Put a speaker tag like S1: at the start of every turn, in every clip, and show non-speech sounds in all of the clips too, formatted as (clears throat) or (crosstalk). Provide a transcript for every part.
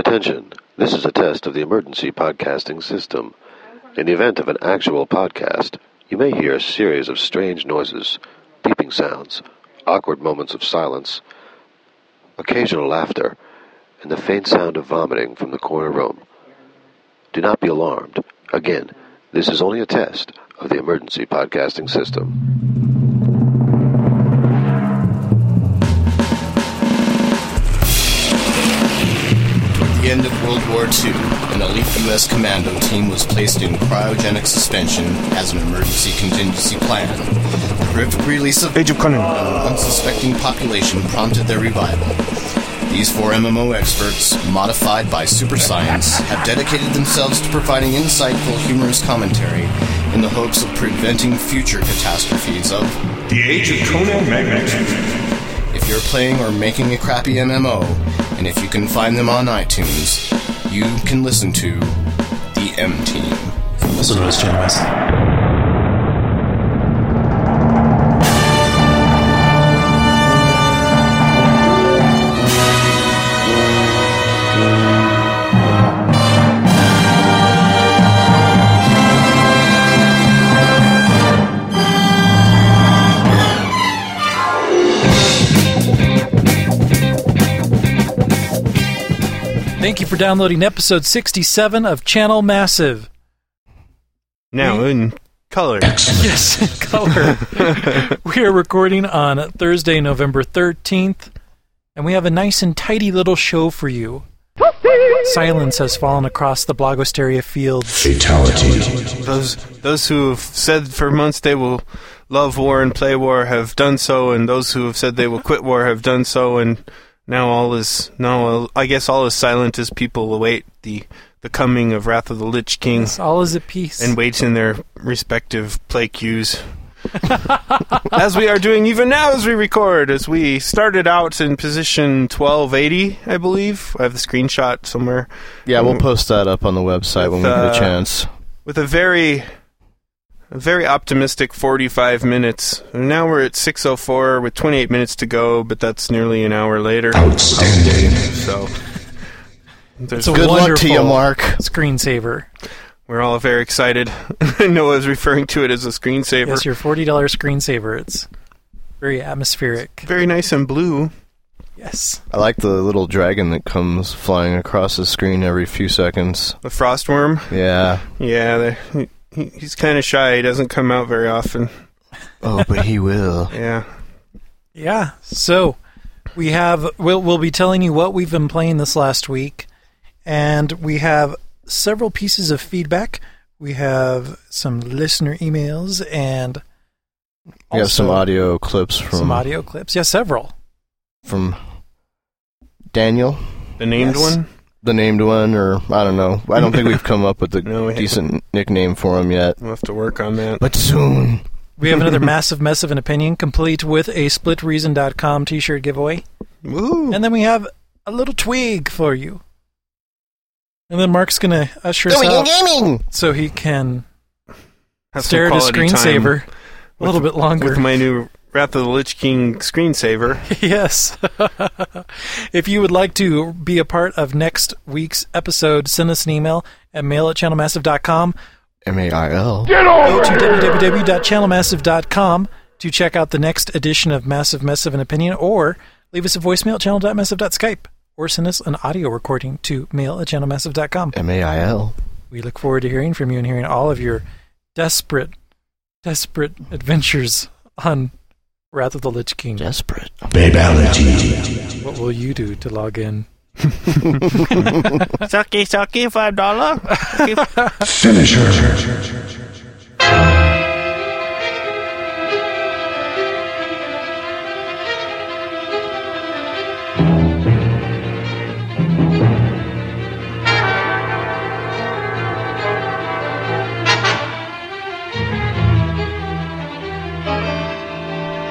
S1: Attention, this is a test of the emergency podcasting system. In the event of an actual podcast, you may hear a series of strange noises, beeping sounds, awkward moments of silence, occasional laughter, and the faint sound of vomiting from the corner room. Do not be alarmed. Again, this is only a test of the emergency podcasting system.
S2: At the end of World War II, an elite U.S. commando team was placed in cryogenic suspension as an emergency contingency plan. The horrific release of
S3: Age of Conan.
S2: an unsuspecting population prompted their revival. These four MMO experts, modified by super science, have dedicated themselves to providing insightful, humorous commentary in the hopes of preventing future catastrophes of
S4: The Age of Conan Magnus.
S2: If you're playing or making a crappy MMO, and if you can find them on iTunes, you can listen to The M Team.
S5: Listen to this, gentlemen.
S6: Thank you for downloading episode 67 of Channel Massive.
S3: Now in color.
S6: Yes, in color. we are recording on Thursday, November 13th, and we have a nice and tidy little show for you. Silence has fallen across the Blogosteria fields.
S3: Those those who have said for months they will love war and play war have done so, and those who have said they will quit war have done so, and now all is now I guess all is silent as people await the the coming of Wrath of the Lich King
S6: It's all is at peace.
S3: and wait in their respective play queues. (laughs) as we are doing even now as we record, as we started out in position 1280, I believe. I have the screenshot somewhere.
S7: Yeah, we'll post that up on the website when we get
S3: Uh,
S7: a chance.
S3: with a very a very optimistic 45 minutes. And now we're at 604 with 28 minutes to go, but that's nearly an hour later. Outstanding. So
S6: it's
S3: there's,
S6: a
S7: Good luck to
S6: wonderful
S7: you, Mark.
S6: Screensaver.
S3: we're all very excited. (laughs) Noah's referring to it as a screensaver.
S6: Yes, your $40 screensaver. It's very atmospheric.
S3: very nice and blue.
S6: Yes.
S7: I like the little dragon that comes flying across the screen every few seconds.
S3: The frostworm.
S7: Yeah.
S3: Yeah, the, he- he, he's kind of shy. He doesn't come out very often.
S7: Oh, but he will.
S3: Yeah.
S6: Yeah. So we have we'll we'll be telling you what we've been playing this last week, and we have several pieces of feedback. We have some listener emails and
S7: We have some
S6: also
S7: audio clips from
S6: some audio clips. Yeah, several.
S7: from Daniel,
S3: The named
S6: Yes.
S3: one.
S7: the named one, or I don't know. I don't think we've come up with a
S3: No, we haven't.
S7: decent nickname for him yet.
S3: We'll have to work on that.
S7: But soon.
S6: We have
S7: (laughs)
S6: another massive mess of an opinion, complete with a splitreason.com t-shirt giveaway,
S3: Woo!
S6: and then we have a little twig for you. And then Mark's gonna usher us out
S7: gaming.
S6: so he can
S3: Have some
S6: stare at his
S3: quality time.
S6: screensaver a little bit longer.
S3: with my new Wrath of the Lich King screensaver.
S6: (laughs) Yes. if you would like to be a part of next week's episode, send us an email at mail at channelmassive.com.
S7: M A I L.
S6: Go to www.channelmassive.com to check out the next edition of Massive Mess of an Opinion, or leave us a voicemail at channel.massive.skype, or send us an audio recording to mail at channelmassive.com.
S7: M A I L.
S6: We look forward to hearing from you and hearing all of your desperate, desperate adventures on Wrath of the Lich King.
S7: Desperate.
S6: What will you do to log in?
S3: (laughs) Sucky, sucky, five dollar.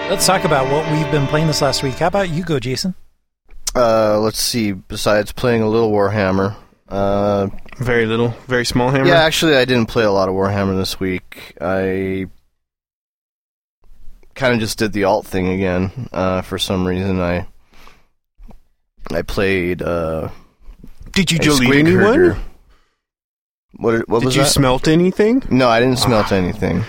S6: Let's talk about what we've been playing this last week. How about you go, Jason?
S7: Uh, let's see. Besides playing a little Warhammer, uh,
S3: Very little, very small hammer.
S7: Yeah, actually, I didn't play a lot of Warhammer this week. I kind of just did the alt thing again. Uh, for some reason, I I played uh,
S3: Did you
S7: A
S3: delete
S7: squid
S3: anyone?
S7: critter. What, what
S3: Did
S7: was
S3: you
S7: that?
S3: smelt anything?
S7: no, I didn't smelt anything.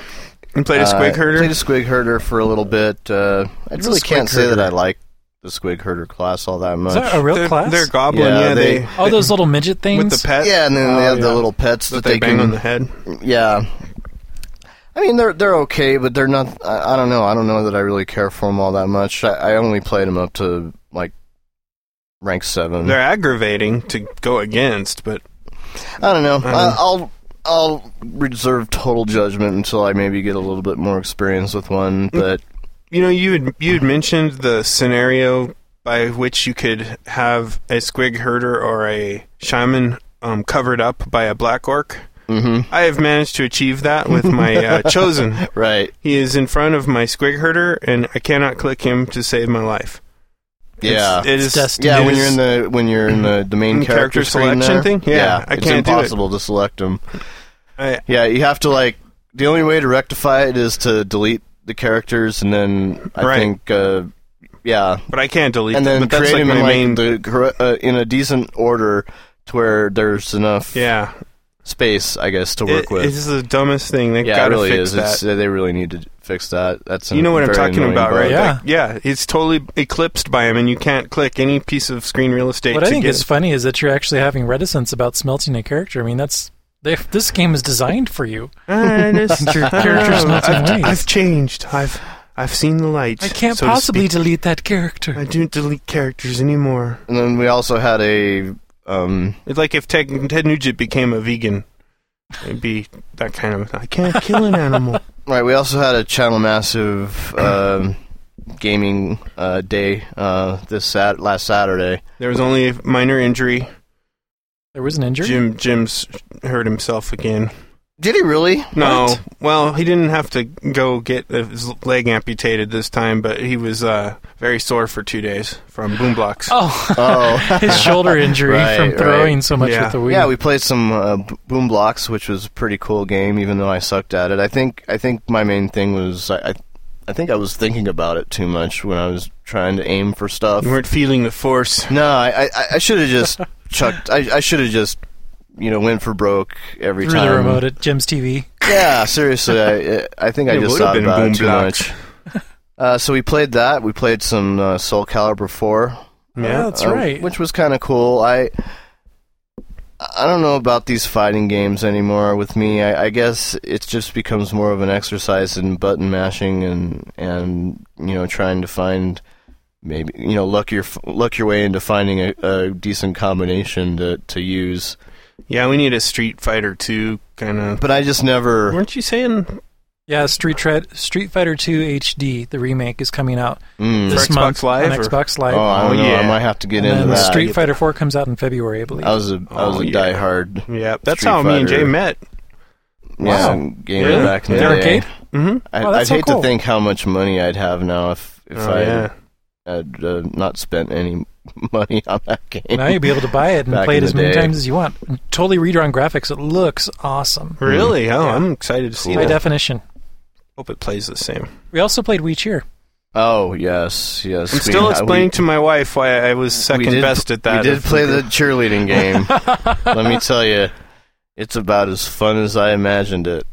S3: And played a squig
S7: Uh,
S3: herder?
S7: Played a squig herder for a little bit. Uh, I
S3: What's a
S7: really can't
S3: squig
S7: say that
S3: herder?
S7: I like the squig herder class all that much.
S6: Is that a real
S3: they're,
S6: class?
S3: they're goblin,
S7: Yeah,
S3: yeah.
S7: they-
S3: they,
S6: All those little midget
S3: they-
S6: things.
S3: with the pet
S7: yeah, and then they
S3: Oh,
S7: have the
S3: yeah.
S7: little pets
S3: that
S7: that,
S3: they, bang
S7: can,
S3: on the head.
S7: Yeah, I mean they're they're okay, but they're not. I, I don't know. I don't know that I really care for them all that much. I, I only played them up to like rank seven.
S3: They're aggravating to go against, but
S7: I don't know.
S3: don't
S7: I,
S3: know.
S7: I'll I'll reserve total judgment until I maybe get a little bit more experience with one. But
S3: you know, you had you had mentioned the scenario by which you could have a squig herder or a shaman um, covered up by a black orc.
S7: hmm
S3: I have managed to achieve that with my
S7: (laughs)
S3: uh, chosen.
S7: right,
S3: He is in front of my squig herder, and I cannot click him to save my life.
S7: yeah.
S3: It's, it is-
S6: destiny.
S7: yeah,
S3: it
S7: when
S3: is-
S7: you're in the when you're in the, the main
S3: Mm-hmm. In
S7: character,
S3: character
S7: screen
S3: selection
S7: there,
S3: thing? Yeah, I
S7: it's
S3: can't do it.
S7: impossible to select them.
S3: I-
S7: Yeah, you have to like the only way to rectify it is to delete the characters, and then I
S3: Right.
S7: think, uh, yeah,
S3: but I can't delete
S7: and then
S3: them. But that's
S7: create
S3: like
S7: them
S3: my
S7: in, like,
S3: main.
S7: the corre- uh, in a decent order to where there's enough
S3: yeah,
S7: space, I guess, to work
S3: It-
S7: with.
S3: It is the dumbest thing. They
S7: yeah, it
S3: gotta
S7: really
S3: fix
S7: is.
S3: that.
S7: It's, uh, they really need to fix that. That's
S3: you know what I'm
S7: very
S3: talking
S7: annoying
S3: about,
S7: bug.
S3: right?
S6: Yeah.
S3: Like, yeah. It's totally eclipsed by him, and you can't click any piece of screen real estate.
S6: what
S3: to
S6: I think
S3: get- (laughs)
S6: is funny is that you're actually having reticence about smelting a character. I mean, that's they, this game is designed for you.
S3: Ah, it
S6: (laughs)
S3: is-
S6: Your
S3: I don't
S6: character's
S3: know.
S6: not
S3: I've,
S6: nice.
S3: I've changed. I've I've seen the light.
S6: I can't
S3: so to
S6: possibly
S3: speak.
S6: delete that character.
S3: I don't delete characters anymore.
S7: And then we also had a. Um,
S3: It's like if Ted, Ted Nugent became a vegan. It'd be that kind of. I can't kill
S6: (laughs)
S3: an animal.
S7: Right. We also had a Channel Massive um, gaming uh, day uh, this sat- last Saturday.
S3: There was only a minor injury.
S6: there was an injury.
S3: Jim Jim's hurt himself again.
S7: Did he really?
S3: No,
S6: What?
S3: well, he didn't have to go get his leg amputated this time, but he was uh, very sore for two days from boom blocks.
S6: Oh,
S7: Oh.
S6: (laughs) his shoulder injury
S7: Right,
S6: from throwing
S7: right.
S6: so much
S3: Yeah.
S6: with the Wii.
S7: yeah, we played some uh, B- Boom Blocks, which was a pretty cool game. Even though I sucked at it, I think I think my main thing was I, I, I think I was thinking about it too much when I was trying to aim for stuff.
S3: You weren't feeling the force.
S7: No, I I, I should have just (laughs) chucked. I, I should have just you know went for broke every
S6: threw
S7: time.
S6: the remote at Jim's TV.
S7: Yeah, seriously, I I think I
S3: It
S7: just
S3: would've
S7: thought
S3: been
S7: about
S3: boom
S7: it too
S3: blocks.
S7: much. Uh, so we played that. We played some uh, Soul Calibur Four.
S6: Yeah,
S3: Yeah,
S6: that's
S7: uh,
S6: right.
S7: Which was kind of cool. I I don't know about these fighting games anymore with me. I, I guess it just becomes more of an exercise in button mashing and and you know trying to find maybe you know luck your luck your way into finding a, a decent combination to to use.
S3: yeah. We need a Street Fighter Two kind of.
S7: But I just never.
S3: Weren't you saying
S6: Yeah, Street Tre- Street Fighter 2 HD, the remake, is coming out
S7: Mm.
S6: this
S3: Xbox
S6: month
S3: Live
S6: on
S3: or-
S6: Xbox Live.
S7: Oh, I don't
S3: Oh,
S7: know. I
S3: yeah.
S7: might have to get
S6: and
S7: into
S6: then
S7: that.
S6: Street Fighter 4 comes out in February, I believe.
S7: I was a I was
S3: Oh,
S7: a
S3: yeah.
S7: diehard
S3: Yeah, that's
S7: Street
S3: how me and
S7: Fighter.
S3: Jay met.
S7: wow. gamer
S3: Yeah.
S7: back in the
S3: Yeah.
S7: day.
S6: Arcade?
S3: hmm
S7: I,
S6: Oh,
S7: I'd
S6: that's so
S7: hate to
S6: cool.
S7: think how much money I'd have now if if
S3: Oh,
S7: I
S3: yeah.
S7: had uh, not spent any (laughs) money on that game.
S6: now you'll be able to buy
S3: (laughs)
S6: it and
S7: Back
S6: play
S7: in
S6: it as
S7: the
S6: many
S7: day.
S6: times as you want. Totally redrawn graphics. It looks awesome.
S7: Hmm.
S3: Really? Oh,
S6: Yeah.
S3: I'm excited to see
S6: High
S3: that.
S6: definition.
S3: Hope it plays the same.
S6: We also played Wii Cheer.
S7: (laughs) oh yes, yes.
S3: I'm
S7: we-
S3: still
S7: we-
S3: explaining to my wife why I was
S7: we
S3: second
S7: did-
S3: best at that.
S7: We did
S3: (laughs)
S7: play the cheerleading game.
S6: (laughs)
S7: Let me tell you, it's about as fun as I
S6: (laughs)
S7: imagined it.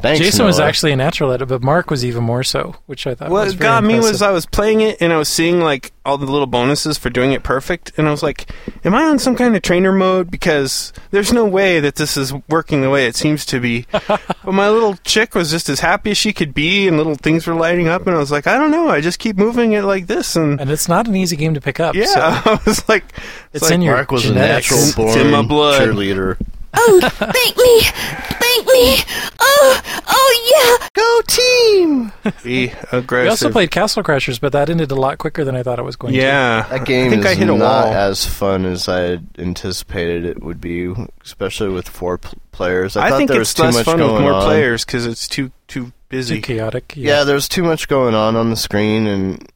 S7: Thanks,
S6: Jason was
S7: Noah.
S6: actually a natural at it, but Mark was even more so, which I thought was
S3: What
S6: very
S3: got me
S6: impressive.
S3: was uh, I was playing it and I was seeing like all the little bonuses for doing it perfect, and I was like, "Am I on some kind of trainer mode? Because there's no way that this is working the way it seems
S6: (laughs)
S3: to be." but my little chick was just as happy as she could be, and little things were lighting up, and I was like, "I don't know. I just keep moving it like this, and,
S6: and it's not an easy game to pick up.
S3: (laughs) yeah."
S6: so-
S3: (laughs) I was like,
S6: It's
S3: like,
S6: in your
S7: Mark was
S6: genetics.
S7: a natural
S3: It's
S7: born
S3: in my blood.
S7: cheerleader.
S8: Oh, thank me! Thank me! Oh, oh yeah!
S7: Go
S6: (laughs)
S7: team!
S3: be aggressive.
S6: We also played Castle Crashers, but that ended a lot quicker than I thought it was going to.
S3: yeah,
S7: That game
S3: I think
S7: is
S3: I hit a
S7: not
S3: wall.
S7: as fun as I had anticipated it would be, especially with four pl- players. I,
S3: I
S7: thought
S3: think
S7: there was
S3: it's
S7: too
S3: less
S7: much
S3: fun with
S7: going
S3: more
S7: on.
S3: players because it's too too
S6: Too
S3: busy.
S6: chaotic.
S7: Yeah. there was too much going on on the screen, and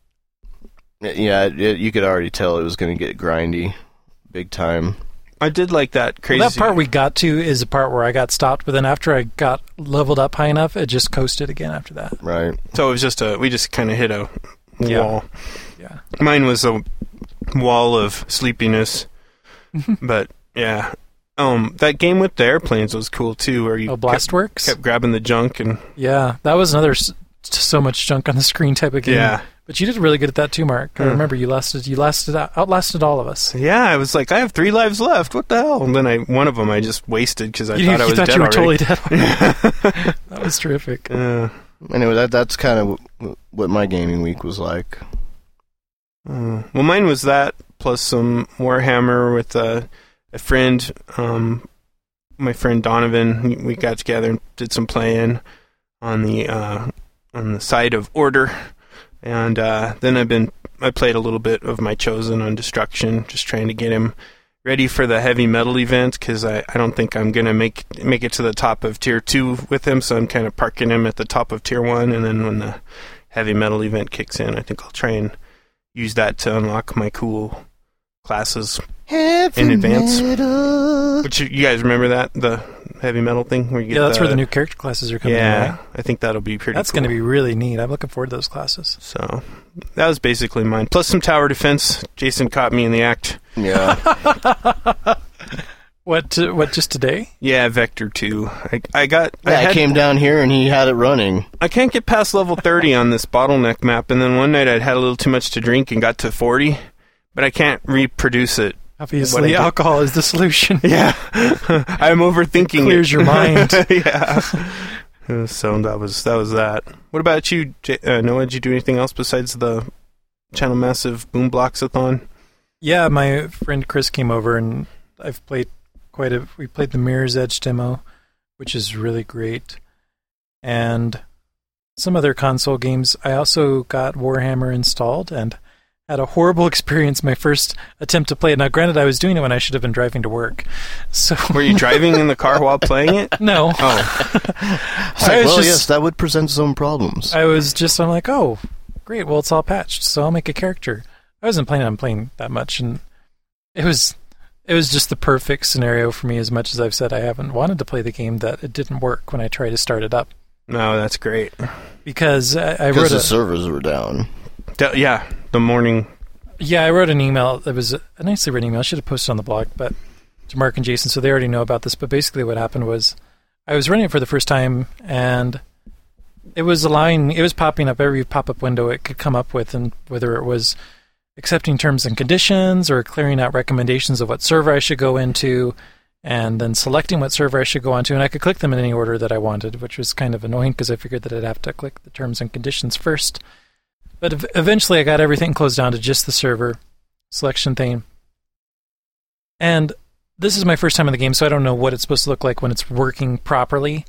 S7: yeah, it, you could already tell it was going to get grindy, big time.
S3: I did like that crazy.
S6: Well, that part we got to is the part where I got stopped, but then after I got leveled up high enough, it just coasted again after that.
S7: Right?
S3: so it was just a we just kind of hit a
S6: Yeah.
S3: wall.
S6: Yeah. (laughs)
S3: Mine was a wall of sleepiness. but yeah, um, that game with the airplanes was cool too, where you
S6: Oh, Blastworks.
S3: kept, kept grabbing the junk and
S6: Yeah, that was another s- so much junk on the screen type of game.
S3: Yeah. Hmm.
S6: But you did really good at that too, Mark. I remember you lasted you lasted out- outlasted all of us.
S3: yeah, I was like, I have three lives left. What the hell? And then I one of them I just wasted because I
S6: you
S3: thought I
S6: you
S3: was
S6: thought
S3: dead
S6: you were
S3: already. Uh,
S6: totally (laughs)
S3: (laughs)
S6: dead. that was terrific.
S3: Yeah.
S7: Anyway, that that's kind of w- what my gaming week was like.
S3: Mm. Well, mine was that plus some Warhammer with a, a friend, um, my friend Donovan. We- We got together and did some playing on the uh, on the side of order, and uh, then I've been I played a little bit of my chosen on destruction, just trying to get him ready for the heavy metal event because I, I don't think I'm gonna make make it to the top of tier two with him, so I'm kind of parking him at the top of tier one, and then when the heavy metal event kicks in, I think I'll try and use that to unlock my cool classes in advance. Which you- you guys remember that the heavy metal thing where you get
S6: Yeah, that's where the new character classes are coming. in,
S3: yeah.
S6: right?
S3: I think that'll be pretty.
S6: that's
S3: cool.
S6: going to be really neat. I'm looking forward to those classes.
S3: so. That was basically mine. Plus some tower defense. Jason caught me in the act.
S7: Yeah.
S6: What uh, what just today?
S3: Yeah, Vector two. I, I got. I,
S7: Yeah, I
S3: had-
S7: came down here and he had it running.
S3: I can't get past level 30 on this bottleneck map, and then one night I'd had a little too much to drink and got to 40, but I can't
S6: (laughs)
S3: reproduce it. What I
S6: Obviously,
S3: did-
S6: alcohol is the solution.
S3: Yeah, (laughs) I'm overthinking. it.
S6: Clears your mind.
S3: (laughs) yeah. Uh, So that was that was that. What about you, J- uh, Noah? Did you do anything else besides the Channel Massive Boom Blocks-a-thon?
S6: Yeah, my friend Chris came over and I've played quite a. We played the Mirror's Edge demo, which is really great, and some other console games. I also got Warhammer installed and had a horrible (laughs) experience my first attempt to play it. Now, granted, I was doing it when I should have been driving to work, so
S3: Were you driving in the car while playing it?
S6: no. (laughs)
S3: Oh,
S7: It's like,
S6: was
S7: well,
S6: just-
S7: yes, that would present some problems.
S6: I was just I'm like, oh, great. Well, it's all patched, so I'll make a character. I wasn't planning on playing that much, and it was it was just the perfect scenario for me. As much as I've said I haven't wanted to play the game, that it didn't work when I tried to start it up
S3: no, that's great.
S6: because I, I
S7: Because
S6: wrote
S7: the
S6: a,
S7: servers were down.
S3: D- yeah, the morning.
S6: yeah I wrote an email. It was a nicely written email. I should have posted on the blog, but to Mark and Jason, so they already know about this. But basically, what happened was I was running it for the first time and. It was allowing. It was popping up every pop-up window it could come up with, and whether it was accepting terms and conditions or clearing out recommendations of what server I should go into and then selecting what server I should go onto and I could click them in any order that I wanted which was kind of annoying because I figured that I'd have to click the terms and conditions first but ev- eventually I got everything closed down to just the server selection thing and this is my first time in the game so I don't know what it's supposed to look like when it's working properly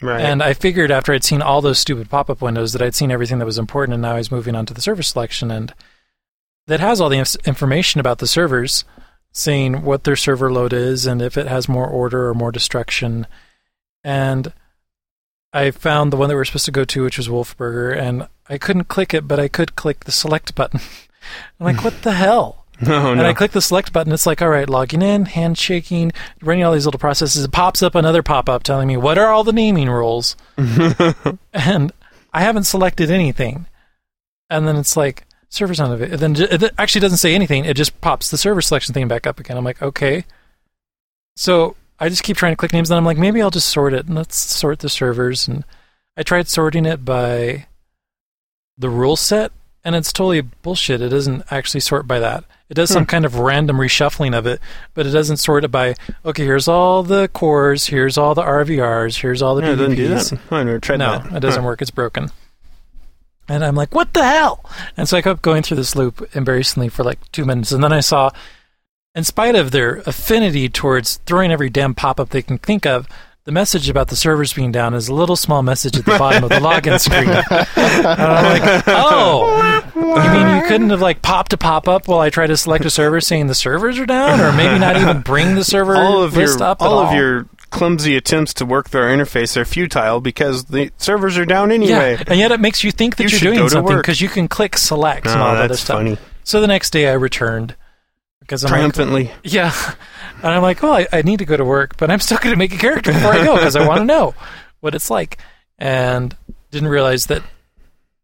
S3: Right.
S6: and I figured after I'd seen all those stupid pop up windows that I'd seen everything that was important, and now I was moving on to the server selection, and that has all the inf- information about the servers, saying what their server load is and if it has more order or more destruction. And I found the one that we were supposed to go to, which was Wolfburger, and I couldn't click it, but I could click the select button. (laughs) I'm like, what the hell?
S3: (laughs) oh
S6: and
S3: no.
S6: I click the select button. It's like, all right, logging in, handshaking, running all these little processes. It pops up another pop up telling me what are all the naming
S3: (laughs)
S6: rules, and I haven't selected anything. And then it's like server's not available. Then ju- it actually doesn't say anything. It just pops the server selection thing back up again. I'm like, okay. So I just keep trying to click names, and I'm like, maybe I'll just sort it and let's sort the servers. And I tried sorting it by the rule set, and it's totally bullshit. It doesn't actually sort by that. It does
S3: Hmm.
S6: some kind of random reshuffling of it, but it doesn't sort it by okay. Here's all the cores. Here's all the RVRs. Here's all the
S3: yeah, it doesn't do
S6: PvPs.
S3: that. Oh, I never tried
S6: No,
S3: that.
S6: it doesn't
S3: Huh.
S6: work. It's broken. And I'm like, what the hell? And so I kept going through this loop embarrassingly for like two minutes. And then I saw, in spite of their affinity towards throwing every damn pop up they can think of, the message about the servers being down is a little small message at the bottom of the login screen. And I'm like, oh, you mean you couldn't have like popped a pop up while I try to select a server saying the servers are down, or maybe not even bring the server
S3: all of
S6: list
S3: your
S6: up? at
S3: all of
S6: all?
S3: your clumsy attempts to work their interface are futile because the servers are down anyway.
S6: Yeah, and yet it makes you think that
S3: You
S6: you are
S3: should go
S6: doing
S3: to
S6: something
S3: work.
S6: because you can click select and
S3: No,
S6: all that other
S3: that's
S6: stuff.
S3: funny.
S6: So the next day I returned because I'm like,
S3: Triumphantly.
S6: (laughs) yeah, and I'm like, well, I, I need to go to work, but I'm still going to make a character before I go because I want to know what it's like. And didn't realize that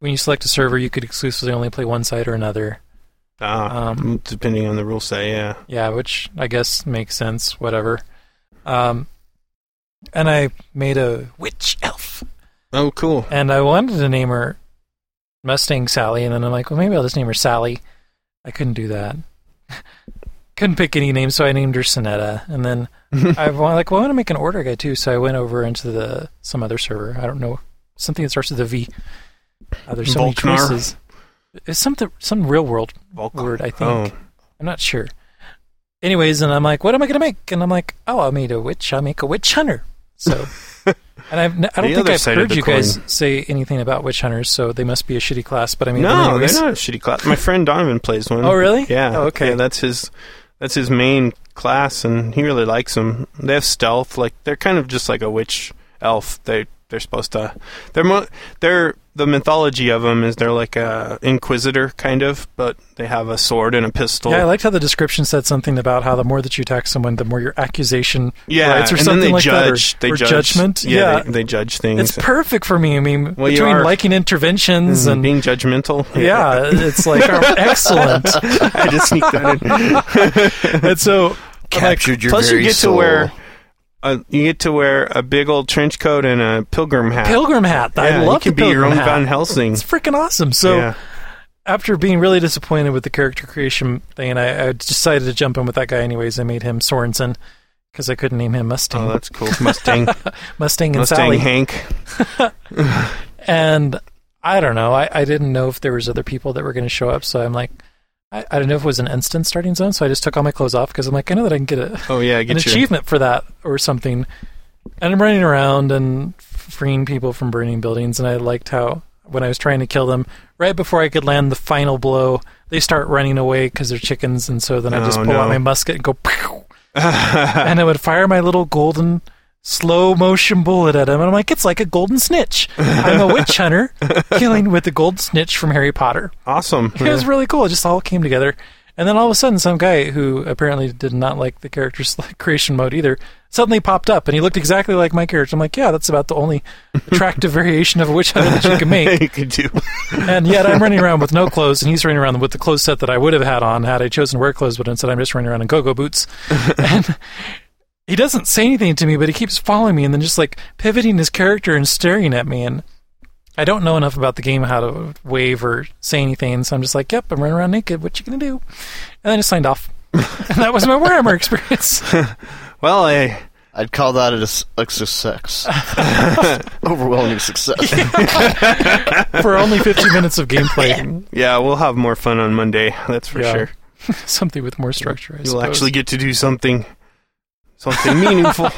S6: when you select a server, you could exclusively only play one side or another.
S3: Ah,
S6: Um,
S3: depending on the rule set, yeah.
S6: Yeah, which I guess makes sense, whatever. Um, and I made a witch elf.
S3: Oh, cool.
S6: And I wanted to name her Mustang Sally, and then I'm like, well, maybe I'll just name her Sally. I couldn't do that. (laughs) couldn't pick any name, so I named her Sonetta. And then
S3: (laughs)
S6: I wa- like, well, I want to make an order guy too, so I went over into the some other server. I don't know something that starts with a V. Uh, there's so many
S3: Volknar?
S6: choices. It's something, some real world
S3: Volk-
S6: word, I think.
S3: Oh,
S6: I'm not sure. Anyways, and I'm like, what am I going to make? And I'm like, oh, I'll make a witch. I'll make a witch hunter.
S3: (laughs)
S6: So, and I've, n- I don't
S3: The
S6: think
S3: other
S6: I've
S3: side of
S6: heard
S3: the
S6: you guys say anything about witch hunters, so they must be a shitty class. But I mean,
S3: no,
S6: anyways,
S3: they're not a shitty class. My friend Donovan plays one.
S6: Oh, really?
S3: Yeah.
S6: Oh, okay.
S3: Yeah, that's his. That's his main class, and he really likes them. They have stealth, like they're kind of just like a witch elf. They they're supposed to. They're mo- they're the mythology of them is they're like a inquisitor kind of, but they have a sword and a pistol.
S6: Yeah, I liked how the description said something about how the more that you attack someone, the more your accusation
S3: yeah,
S6: rights or
S3: and
S6: something
S3: then they
S6: like that,
S3: judge.
S6: or,
S3: they
S6: or
S3: judge.
S6: judgment.
S3: Yeah,
S6: Yeah,
S3: They, they judge things.
S6: it's perfect for me. I mean,
S3: Well, you
S6: between
S3: are- Mm-hmm.
S6: liking interventions
S3: and (laughs)
S6: and
S3: being judgmental.
S6: yeah, it's like
S3: (laughs)
S6: oh, excellent. (laughs)
S3: I just sneaked that in. (laughs)
S6: And so
S7: Captured your
S3: Plus,
S7: very
S3: you get
S7: soul.
S3: to wear a, you get to wear a big old trench coat and a pilgrim hat.
S6: pilgrim hat.
S3: Yeah,
S6: I love
S3: you
S6: the
S3: could be your
S6: pilgrim
S3: own
S6: hat.
S3: Van Helsing.
S6: It's freaking awesome. So
S3: yeah. Oh,
S6: after being really disappointed with the character creation thing, I, I decided to jump in with that guy anyways. I made him Sorensen because I couldn't name him Mustang,
S3: oh, that's cool. Mustang,
S6: Mustang (laughs) and
S3: Mustang
S6: Sally.
S3: Hank.
S6: and I don't know. I, I didn't know if there was other people that were going to show up, so I'm like, I, I don't know if it was an instant starting zone. So I just took all my clothes off because I'm like, I know that I can get a,
S3: Oh yeah, I
S6: an
S3: get you.
S6: achievement for that or something. And I'm running around and freeing people from burning buildings. And I liked how when I was trying to kill them, right before I could land the final blow, they start running away because they're chickens. And so then I just
S3: Oh,
S6: pull out
S3: no.
S6: my musket and go,
S3: (laughs)
S6: Pow! and I would fire my little golden slow motion bullet at him. And I'm like, it's like a golden snitch. I'm a witch
S3: (laughs)
S6: hunter killing with the gold snitch from Harry Potter. (laughs)
S3: Awesome.
S6: It was really cool. It just all came together. And then all of a sudden, some guy who apparently did not (laughs) like the character select- creation mode either suddenly popped up and he looked exactly like my character. I'm like, yeah, that's about the only attractive (laughs) variation of a witch hunter that you can make.
S3: (laughs) you could do.
S6: And yet I'm running around with no clothes and he's running around with the clothes set that I would have had on had I chosen to wear clothes, but instead I'm just running around in go go
S3: (laughs)
S6: boots. and he doesn't say anything to me, but he keeps following me and then just like pivoting his character and staring at me. And I don't know enough about the game how to wave or say anything, so I'm just like, yep, I'm running around naked. What you gonna do? And I just signed
S3: (laughs)
S6: off. and that was my Warhammer experience.
S3: Well, I,
S7: I'd call that a, s-
S6: (laughs)
S7: a success. (laughs) Overwhelming success.
S6: For only 50 minutes of gameplay,
S3: yeah, we'll have more fun on Monday. That's for
S6: Yeah,
S3: sure.
S6: (laughs) something with more structure. I
S3: You'll
S6: suppose.
S3: actually get to do something,
S6: (laughs)
S3: something meaningful.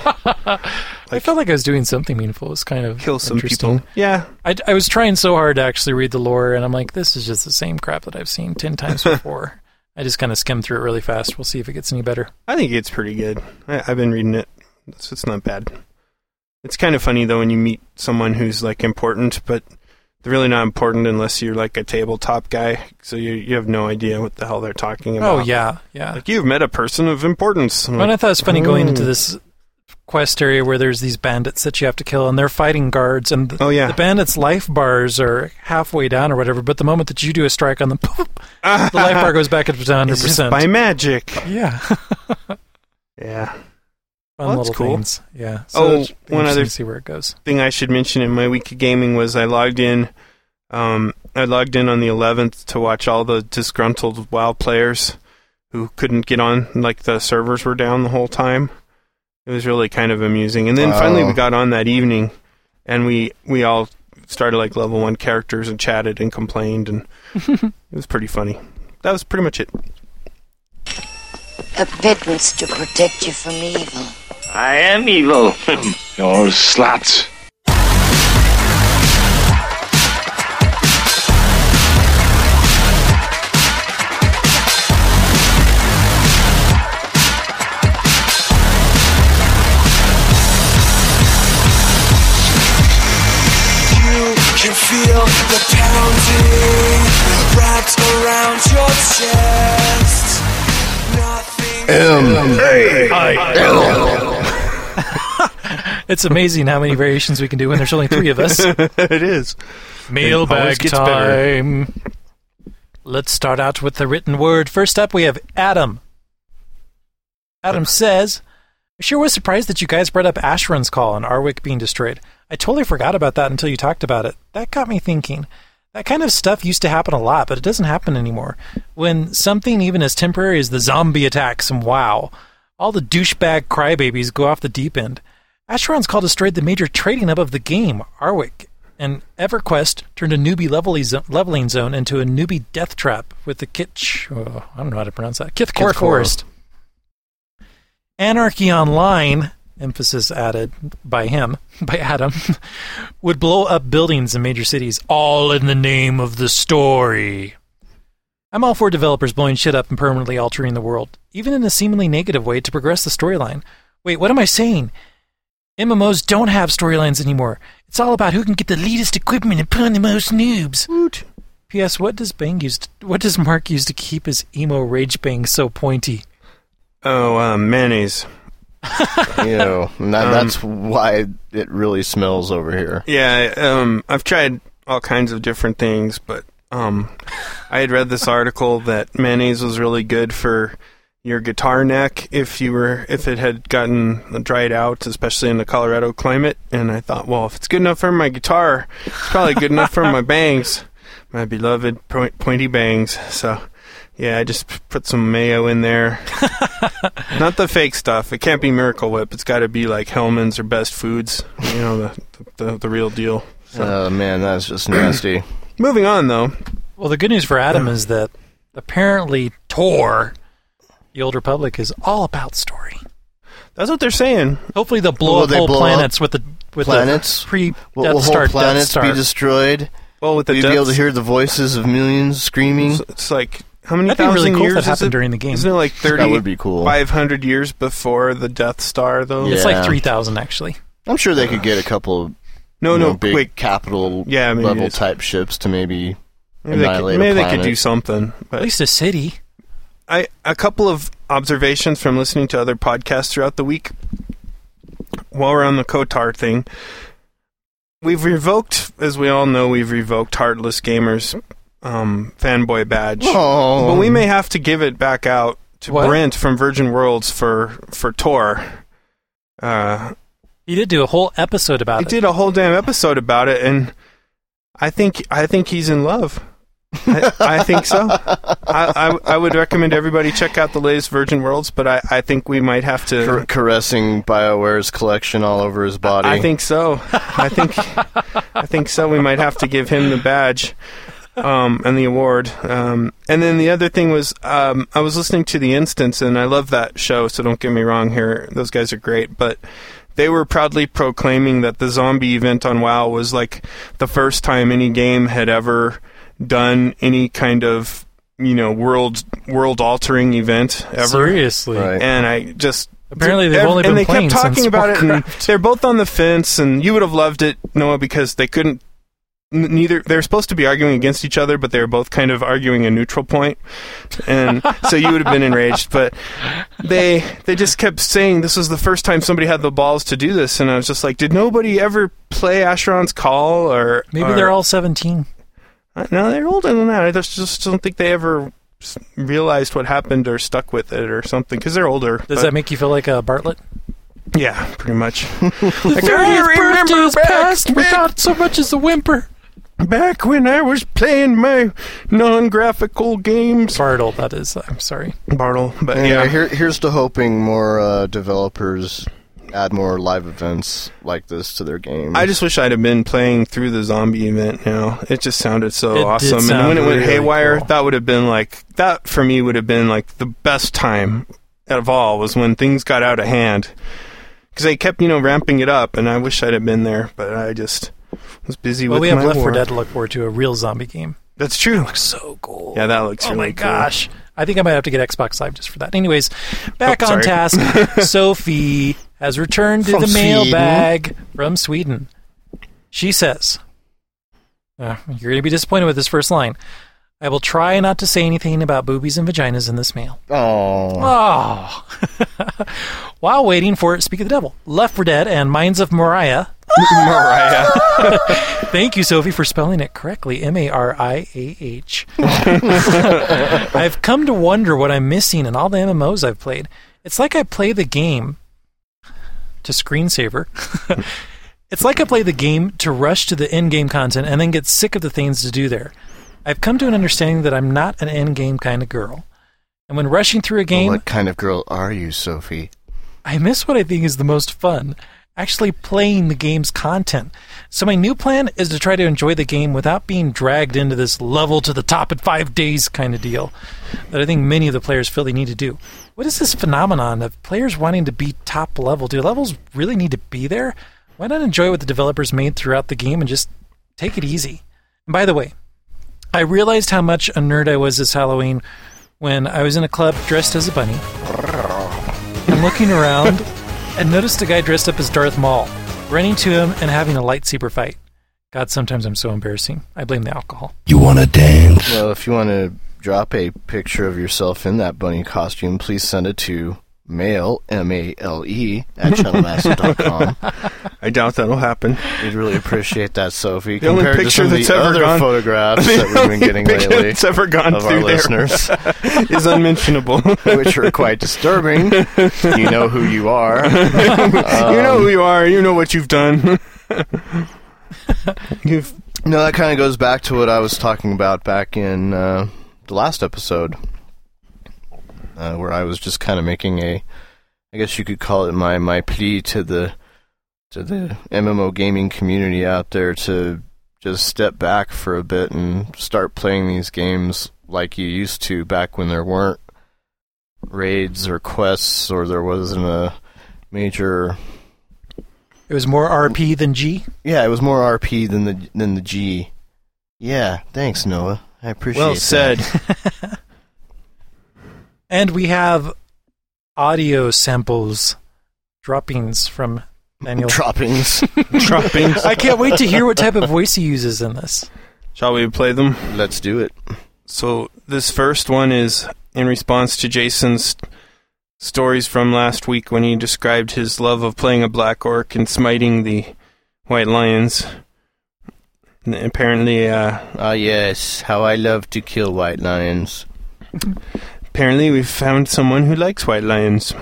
S6: I felt like I was doing something meaningful. It was kind of
S3: Kill some
S6: interesting.
S3: people. Yeah,
S6: I, I was trying so hard to actually read the lore, and I'm like, this is just the same crap that I've seen 10
S3: (laughs)
S6: times before. I just kind of skimmed through it really fast. We'll see if it gets any better.
S3: I think it's pretty good. I, I've been reading it. It's, it's not bad. It's kind of funny though when you meet someone who's like important, but they're really not important unless you're like a tabletop guy. So you you have no idea what the hell they're talking
S6: Oh,
S3: about.
S6: yeah, yeah.
S3: Like you've met a person of importance. I'm
S6: Well, and I
S3: like,
S6: thought it was funny going into
S3: hmm.
S6: this quest area where there's these bandits that you have to kill, and they're fighting guards, and the,
S3: Oh, yeah.
S6: the bandits' life bars are halfway down or whatever, but the moment that you do a strike on them, (laughs) poof, the
S3: (laughs)
S6: life bar goes back up to
S3: It's just
S6: 100%.
S3: by magic.
S6: yeah. (laughs)
S3: Yeah.
S6: Fun
S3: that's
S6: little
S3: cool.
S6: things. Yeah.
S3: Oh,
S6: it's
S3: one other-
S6: interesting to see where it goes.
S3: thing I should mention in my week of gaming was I logged in. Um, I logged in on the 11th to watch all the disgruntled WoW players who couldn't get on, like the servers were down the whole time. It was really kind of amusing. And then finally
S7: Wow.
S3: we got on that evening, and we we all started like level one characters and chatted and complained, and it was pretty funny. That was pretty much it.
S9: A pittance to protect you from evil.
S10: I am evil. You're sluts.
S11: You can feel the pounding wrapped around your chest. Nothing.
S6: It's amazing how many variations we can do when
S3: (laughs)
S6: there's only three of us.
S3: it is.
S6: Mailbag
S3: gets better.
S6: time. Let's start out with the written word. First up, we have Adam. Adam says, I sure was surprised that you guys brought up Ashran's call and Arwick being destroyed. I totally forgot about that until you talked about it. That got me thinking. That kind of stuff used to happen a lot, but it doesn't happen anymore. When something even as temporary as the zombie attacks and wow, all the douchebag crybabies go off the deep end. Ashron's call destroyed the major trading hub of the game, Arwick, and EverQuest turned a newbie level zo- leveling zone into a newbie death trap with the Kitch. Oh, I don't know how to pronounce that. Kithcore
S7: Kithcore.
S6: Forest. Anarchy Online, emphasis added by him, (laughs) by Adam, would blow up buildings in major cities, all in the name of the story. I'm all for developers blowing shit up and permanently altering the world, even in a seemingly negative way to progress the storyline. Wait, what am I saying? MMOs don't have storylines anymore. It's all about who can get the latest equipment and pun the most noobs. Woot. P.S. What does Bang use? what does Mark use to keep his emo rage bang so pointy?
S3: Oh, uh, mayonnaise.
S7: you know,
S6: Um,
S7: and that, that's why it really smells over here.
S3: Yeah, um, I've tried all kinds of different things, but um, I had read this article that mayonnaise was really good for your guitar neck if you were if it had gotten dried out, especially in the Colorado climate. And I thought, well, if it's good enough for my guitar, it's probably good enough for my bangs, my beloved point, pointy bangs. So. Yeah, I just p- put some mayo in there. Not the fake stuff. It can't be Miracle Whip. It's got to be like Hellman's or Best Foods. You know the the, the real deal.
S7: Oh man, that's just nasty.
S3: Moving on, though.
S6: Well, the good news for Adam is that apparently Tor, the old Republic, is all about story.
S3: That's what they're saying.
S6: Hopefully, they'll blow
S7: Will
S6: up
S7: they
S6: whole
S7: blow up
S6: planets with the (clears throat) with
S7: planets?
S6: the pre
S7: Will,
S6: Death
S7: will
S6: Star
S7: whole
S6: Death
S7: planets
S6: Star.
S7: be destroyed?
S3: Well, with the
S7: Will you be able to
S3: deaths-
S7: hear the voices of millions screaming?
S3: It's, it's like how many
S6: That'd be
S3: thousand
S6: really cool if
S3: years
S6: that
S3: is
S6: happened
S3: it?
S6: during the game.
S3: Isn't it like thirty?
S7: would be cool.
S3: Five hundred years before the Death Star, though.
S6: It's
S7: Yeah.
S6: like three thousand actually.
S7: I'm sure they could get a couple. Of,
S3: No,
S7: you
S3: no,
S7: know, big
S3: quick.
S7: capital
S3: Yeah, maybe
S7: level
S3: it's-
S7: type ships to maybe,
S3: Maybe they
S7: annihilate
S3: could, maybe
S7: a
S3: they
S7: planet.
S3: could do something.
S6: At
S3: But
S6: least a city.
S3: I a couple of observations from listening to other podcasts throughout the week. While we're on the Kotar thing, we've revoked, as we all know, we've revoked Heartless Gamers um, fanboy badge.
S7: Oh,
S3: But we may have to give it back out to
S6: What?
S3: Brent from Virgin Worlds for for Tor. Uh,
S6: He did do a whole episode about
S3: I
S6: it.
S3: did a whole damn episode about it, and I think I think he's in love. I, I think so. I, I I would recommend everybody check out the latest Virgin Worlds, but I, I think we might have to.
S7: Ca- caressing Bioware's collection all over his body.
S3: I think so. I think I think so. We might have to give him the badge um, and the award. Um, and then the other thing was um, I was listening to the Instance, and I love that show. So don't get me wrong here; those guys are great, but. They were proudly proclaiming that the zombie event on WoW was like the first time any game had ever done any kind of you know world world altering event ever
S6: Seriously.
S7: Right.
S3: and I just
S6: Apparently they've
S3: Ev-
S6: only been
S3: and they
S6: playing
S3: kept talking
S6: since
S3: about it. And
S6: Warcraft.
S3: they're both on the fence, and you would have loved it, Noah, because they couldn't. n- Neither they were supposed to be arguing against each other, but they were both kind of arguing a neutral point, and so you would have been enraged. But they they just kept saying this was the first time somebody had the balls to do this, and I was just like, did nobody ever play Asheron's Call or
S6: Maybe
S3: or-
S6: they're all seventeen.
S3: uh, No, they're older than that. I just, just don't think they ever s- realized what happened or stuck with it or something because they're older.
S6: Does
S3: but-
S6: that make you feel like a Bartlett?
S3: yeah, pretty (laughs) much. like, "Oh,
S6: passed
S3: without
S6: so much as a whimper.
S3: back when I was playing my non-graphical games,
S6: Bartle, that is. I'm sorry.
S3: Bartle. But
S7: Anyway,
S3: yeah,
S7: here, here's to hoping more uh, developers add more live events like this to their game.
S3: I just wish I'd have been playing through the zombie event. Now it just sounded so
S6: It did
S3: awesome, and
S6: sound
S3: when it went
S6: really
S3: haywire,
S6: cool.
S3: that would have been like that for me would have been like the best time of all was when things got out of hand because they kept you know ramping it up, and I wish I'd have been there, but I just was busy
S6: Well,
S3: with
S6: we have
S3: my
S6: Left 4
S3: work.
S6: Dead to look forward to a real zombie game.
S3: That's true.
S6: So cool.
S3: Yeah, that looks
S6: oh
S3: really
S6: my
S3: cool.
S6: gosh. I think I might have to get Xbox Live just for that. Anyways, back
S3: Oh,
S6: on
S3: sorry. (laughs)
S6: task. Sophie has returned to
S7: From
S6: the
S7: Sweden.
S6: mailbag from Sweden. She says, uh, "You're going to be disappointed with this first line. I will try not to say anything about boobies and vaginas in this mail."
S7: oh,
S6: Oh. (laughs) while waiting for Speak of the Devil, Left for Dead, and Minds of Mariah.
S3: (laughs) Mariah.
S6: Thank you, Sophie, for spelling it correctly. M A R I A H. I've come to wonder what I'm missing in all the MMOs I've played. It's like I play the game to screensaver. (laughs) it's like I play the game to rush to the end game content and then get sick of the things to do there. I've come to an understanding that I'm not an end game kind of girl. And when rushing through a game,
S7: What kind of girl are you, Sophie?
S6: I miss what I think is the most fun actually playing the game's content. So, my new plan is to try to enjoy the game without being dragged into this level to the top in five days kind of deal that I think many of the players feel they need to do. What is this phenomenon of players wanting to be top level? Do levels really need to be there? Why not enjoy what the developers made throughout the game and just take it easy? And by the way, I realized how much a nerd I was this Halloween when I was in a club dressed as a bunny. I'm looking around and noticed a guy dressed up as Darth Maul running to him and having a lightsaber fight. God, sometimes I'm so embarrassing. I blame the alcohol.
S7: You want to dance? Well, if you want to drop a picture of yourself in that bunny costume, please send it to mail, M-A-L-E, E, (laughs) at channelmaster.com.
S3: I doubt that'll happen.
S7: (laughs) We'd really appreciate that, Sophie.
S3: The only
S7: compared to
S3: picture
S7: some of
S3: that's
S7: the
S3: ever
S7: other
S3: gone- (laughs)
S7: photographs
S3: the
S7: that (laughs) we've been
S3: only
S7: getting
S3: picture
S7: lately
S3: that's ever gone
S7: of
S3: through
S7: our
S3: there. (laughs)
S7: listeners,
S3: is
S7: (laughs)
S3: unmentionable,
S7: which are quite disturbing. You know who
S3: (laughs)
S7: you are.
S3: you know who
S7: Um,
S3: you are. You know what you've done. (laughs)
S7: (laughs)
S3: You've
S7: No, that kind of goes back to what I was talking about back in uh, the last episode, uh, where I was just kind of making a, I guess you could call it my my plea to the to the MMO gaming community out there to just step back for a bit and start playing these games like you used to back when there weren't raids or quests or there wasn't a major
S6: It was more RP than G.
S7: yeah, it was more RP than the than the G. Yeah, thanks, Noah. I appreciate.
S3: well
S7: that.
S3: said.
S7: (laughs)
S6: And we have audio samples, droppings from Daniel.
S3: (laughs)
S7: (laughs) Droppings.
S3: Droppings.
S6: I can't wait to hear what type of voice he uses in this.
S3: Shall we play them?
S7: Let's do it.
S3: So this first one is in response to Jason's stories from last week when he described his love of playing a black orc and smiting the white lions. And apparently, uh,
S7: Ah, yes, how I love to kill white lions.
S3: apparently we've found someone who likes white lions.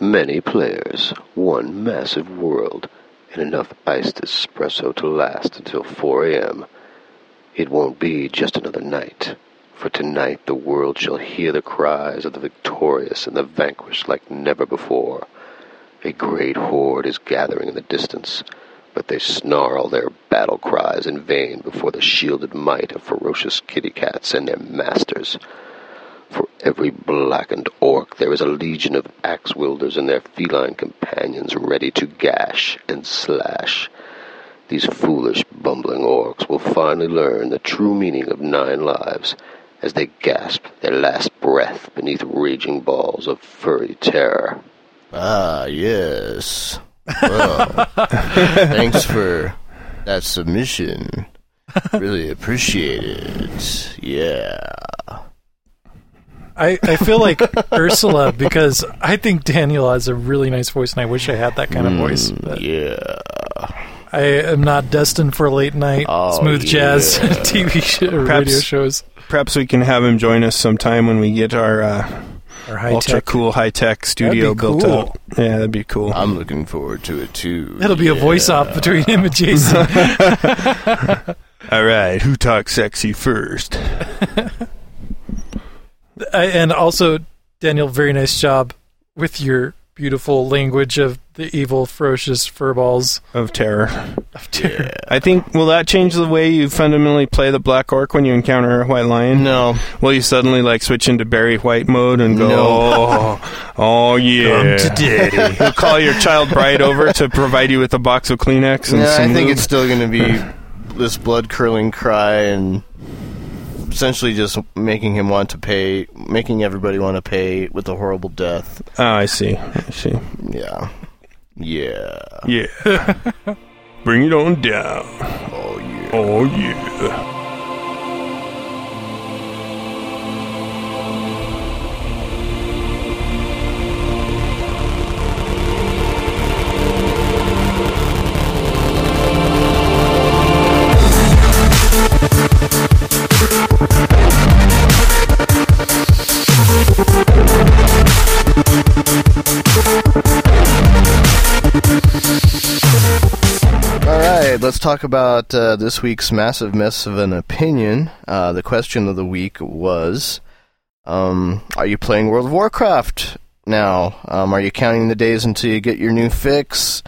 S1: Many players, one massive world, and enough iced espresso to last until 4 a.m. It won't be just another night, for tonight the world shall hear the cries of the victorious and the vanquished like never before. A great horde is gathering in the distance, but they snarl their battle cries in vain before the shielded might of ferocious kitty cats and their masters. For every blackened orc there is a legion of axe wielders and their feline companions ready to gash and slash. These foolish, bumbling orcs will finally learn the true meaning of nine lives as they gasp their last breath beneath raging balls of furry terror.
S7: Ah, yes. Well,
S3: (laughs)
S7: thanks for that submission. Really appreciate it. Yeah.
S6: I, I feel like Ursula because I think Daniel has a really nice voice, and I wish I had that kind of voice. But
S7: Yeah.
S6: I am not destined for late night
S7: Oh,
S6: smooth jazz (laughs)
S7: yeah. (laughs)
S6: TV show,
S3: Perhaps-
S6: radio shows
S3: Perhaps we can have him join us sometime when we get our uh,
S6: or high
S3: ultra
S6: tech.
S3: cool high tech studio
S6: be
S3: built
S6: cool.
S3: out. Yeah, that'd be cool.
S7: I'm looking forward to it too.
S6: It'll be a voice off between him and Jason. (laughs)
S3: All right, who talks sexy first?
S6: I, and also, Daniel, very nice job with your beautiful language of the evil, ferocious furballs.
S3: Of terror.
S6: (laughs)
S3: I think will that change the way you fundamentally play the black orc when you encounter a white lion?
S7: No.
S3: Will you suddenly like switch into Barry White mode and go,
S7: No.
S3: oh, oh yeah,
S7: Come to daddy.
S3: You'll call your child bride over to provide you with a box of Kleenex and
S7: Yeah,
S3: some
S7: I think
S3: lube?
S7: it's still going to
S3: (laughs)
S7: be this blood curling cry and essentially just making him want to pay, making everybody want to pay with a horrible death.
S3: Oh, I see. I see.
S7: Yeah. Yeah.
S3: Yeah. (laughs) Bring it on down. Oh yeah. Oh yeah.
S7: talk about uh, this week's massive mess of an opinion. Uh, the question of the week was um, Are you playing World of Warcraft now? Um, are you counting the days until you get your new fix?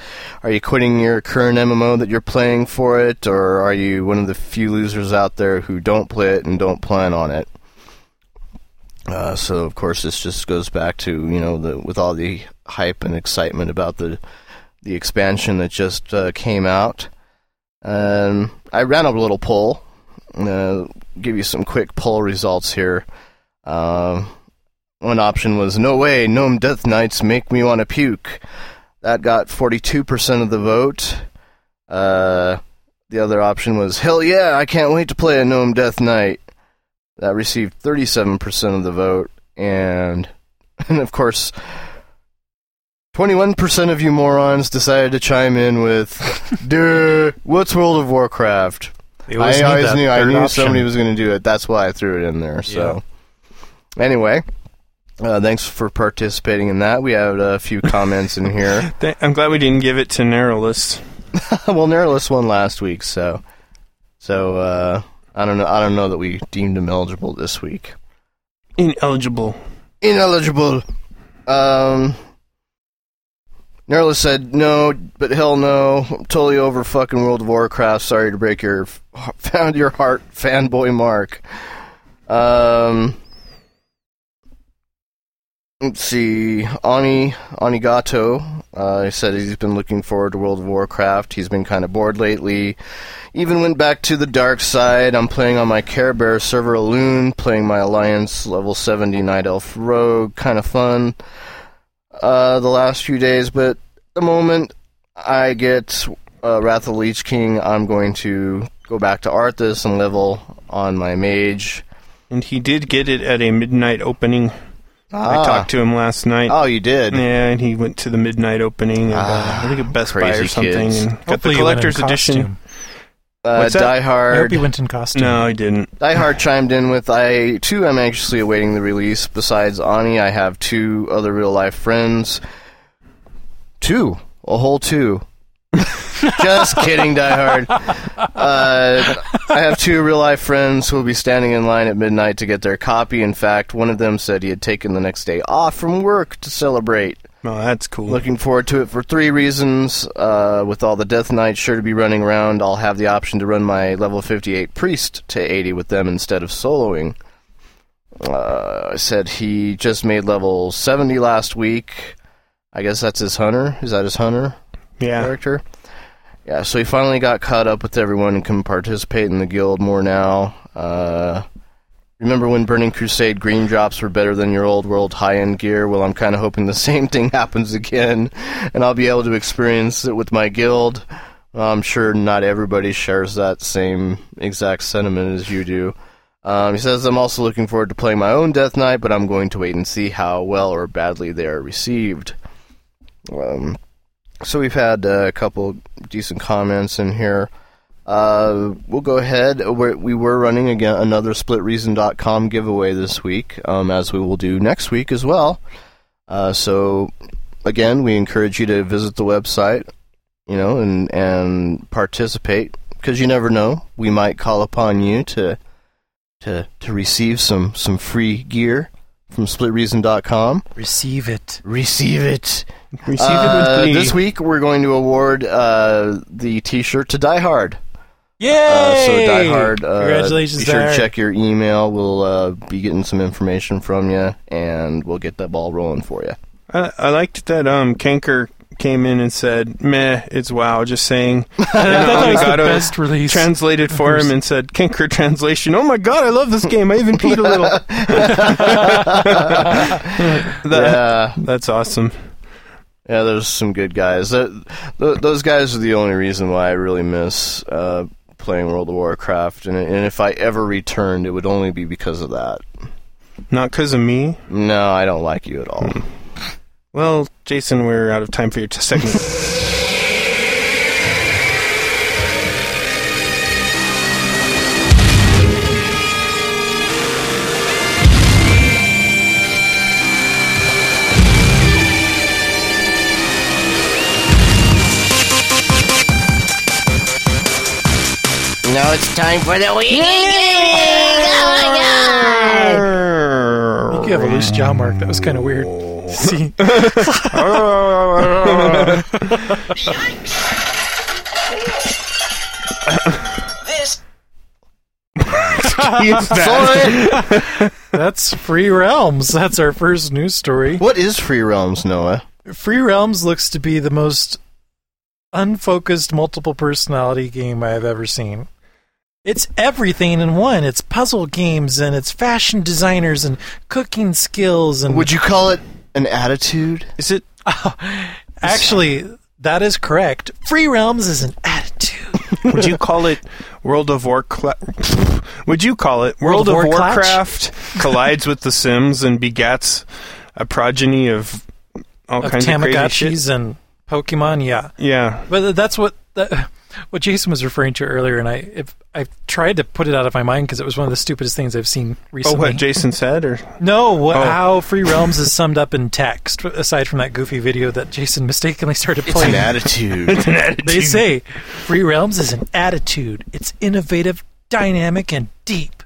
S7: Are you quitting your current MMO that you're playing for it? Or are you one of the few losers out there who don't play it and don't plan on it? Uh, so of course this just goes back to you know the with all the hype and excitement about the the expansion that just uh, came out. Um, I ran a little poll. Uh, give you some quick poll results here. Um, one option was no way, gnome death knights make me want to puke. That got 42% of the vote. Uh, the other option was hell yeah, I can't wait to play a gnome death knight that received 37% of the vote and (laughs) and of course 21% of you morons decided to chime in
S6: (laughs)
S7: with duh what's world of warcraft
S6: They always
S7: i
S6: need
S7: always
S6: that
S7: knew i
S6: third
S7: knew
S6: option.
S7: somebody was going to do it that's why i threw it in there so anyway uh, thanks for participating in that we had a few comments
S6: (laughs)
S7: in here (laughs)
S3: Th- I'm glad we didn't give it to Neuralist.
S7: well Nerilus won last week so so uh, i don't know i don't know that we deemed him eligible this week
S3: Ineligible.
S7: ineligible. Um, Nerla said no, but hell no. I'm totally over fucking World of Warcraft. Sorry to break your (laughs) found your heart fanboy mark. Um, let's see. Ani Anigato uh, he said he's been looking forward to World of Warcraft. He's been kind of bored lately. Even went back to the dark side. I'm playing on my Care Bear server Loon, playing my Alliance level 70 Night Elf Rogue. Kind of fun uh, the last few days, but the moment I get uh, Wrath of the Leech King, I'm going to go back to Arthas and level on my mage.
S3: And he did get it at a midnight opening.
S7: Ah.
S3: I talked to him last night.
S7: Oh, you did?
S3: Yeah, and he went to the midnight opening. Of, uh, I think at Best Buy
S7: Ah, crazy
S3: or something.
S7: kids.
S3: And got
S6: Hopefully
S3: the
S6: he went in
S3: collector's edition.
S6: costume.
S7: Uh,
S3: What's that?
S7: Die Hard.
S6: I hope he went in costume.
S3: No, I didn't.
S7: Die Hard chimed in with, I too am anxiously awaiting the release. Besides Ani, I have two other real life friends. Two. A whole two. (laughs) Just kidding, Die Hard. Uh, I have two real life friends who will be standing in line at midnight to get their copy. In fact, one of them said he had taken the next day off from work to celebrate.
S3: Oh, that's cool.
S7: Looking forward to it for three reasons. Uh, with all the Death Knights sure to be running around, I'll have the option to run my level 58 Priest to 80 with them instead of soloing. Uh, I said he just made level 70 last week. I guess that's his Hunter. Is that his Hunter
S3: Yeah.
S7: character? Yeah, so he finally got caught up with everyone and can participate in the guild more now. Uh, Remember when Burning Crusade green drops were better than your old world high end gear? Well, I'm kind of hoping the (laughs) same thing happens again, and I'll be able to experience it with my guild. I'm sure not everybody shares that same exact sentiment as you do. Um, he says, I'm also looking forward to playing my own Death Knight, but I'm going to wait and see how well or badly they are received. Um, so we've had uh, a couple decent comments in here. Uh, we'll go ahead. We're, we were running again another splitreason.com giveaway this week, um, as we will do next week as well. Uh, so again, we encourage you to visit the website, you know, and and participate because you never know. We might call upon you to to to receive some some free gear from splitreason.com.
S6: Receive it.
S7: Receive it.
S3: Receive
S7: Uh,
S3: it with glee.
S7: this week, we're going to award uh, the T-shirt to Die Hard.
S6: Yay!
S7: Uh, so Die Hard. Uh,
S6: Congratulations,
S7: Be sure
S6: Die
S7: to
S6: Hard.
S7: check your email. We'll uh, be getting some information from you, and we'll get that ball rolling for you.
S3: I, I liked that um Kanker came in and said, "Meh, it's wow."
S6: (laughs)
S3: Just saying. And
S6: that was the
S3: Elgato
S6: best release.
S3: Translated for him and said, "Kanker translation." Oh my god, I love this game. I even peed a
S6: (laughs)
S3: little. That- That's awesome.
S7: Yeah, there's some good guys. That, th- those guys are the only reason why I really miss uh, playing World of Warcraft, and, and if I ever returned, it would only be because of that.
S3: Not because of me.
S7: No, I don't like you at all.
S3: Well, Jason, we're out of time for your t- segment.
S12: Now it's time for the weekend.
S8: Oh,
S7: (laughs)
S6: I think you have a loose jaw mark. That was kind of weird.
S7: Oh.
S6: See? Sorry. That's Free Realms. That's our first news story.
S7: What is Free Realms, Noah?
S6: Free Realms looks to be the most unfocused multiple personality game I've ever seen. It's everything in one. It's puzzle games and it's fashion designers and cooking skills and
S7: Would you call it an attitude?
S3: Is it
S6: (laughs) Actually, that is correct. Free Realms is an attitude.
S3: Would you call it World of Warcraft? Would you call it World,
S6: World of
S3: of
S6: Warclatch?
S3: Warcraft collides with The Sims and begats a progeny of all
S6: of
S3: kinds of crazy
S6: Tamagotchis
S3: shit?
S6: and Pokemon, yeah.
S3: Yeah,
S6: But th- that's what that, (laughs) what Jason was referring to earlier, and I if I tried to put it out of my mind because it was one of the stupidest things I've seen recently.
S3: Oh, what Jason said, or
S6: No, what,
S3: Oh.
S6: how Free Realms is summed up in text, aside from that goofy video that Jason mistakenly started
S7: It's
S6: playing.
S7: an attitude.
S3: It's an attitude.
S6: They say Free Realms is an attitude. It's innovative, dynamic, and deep.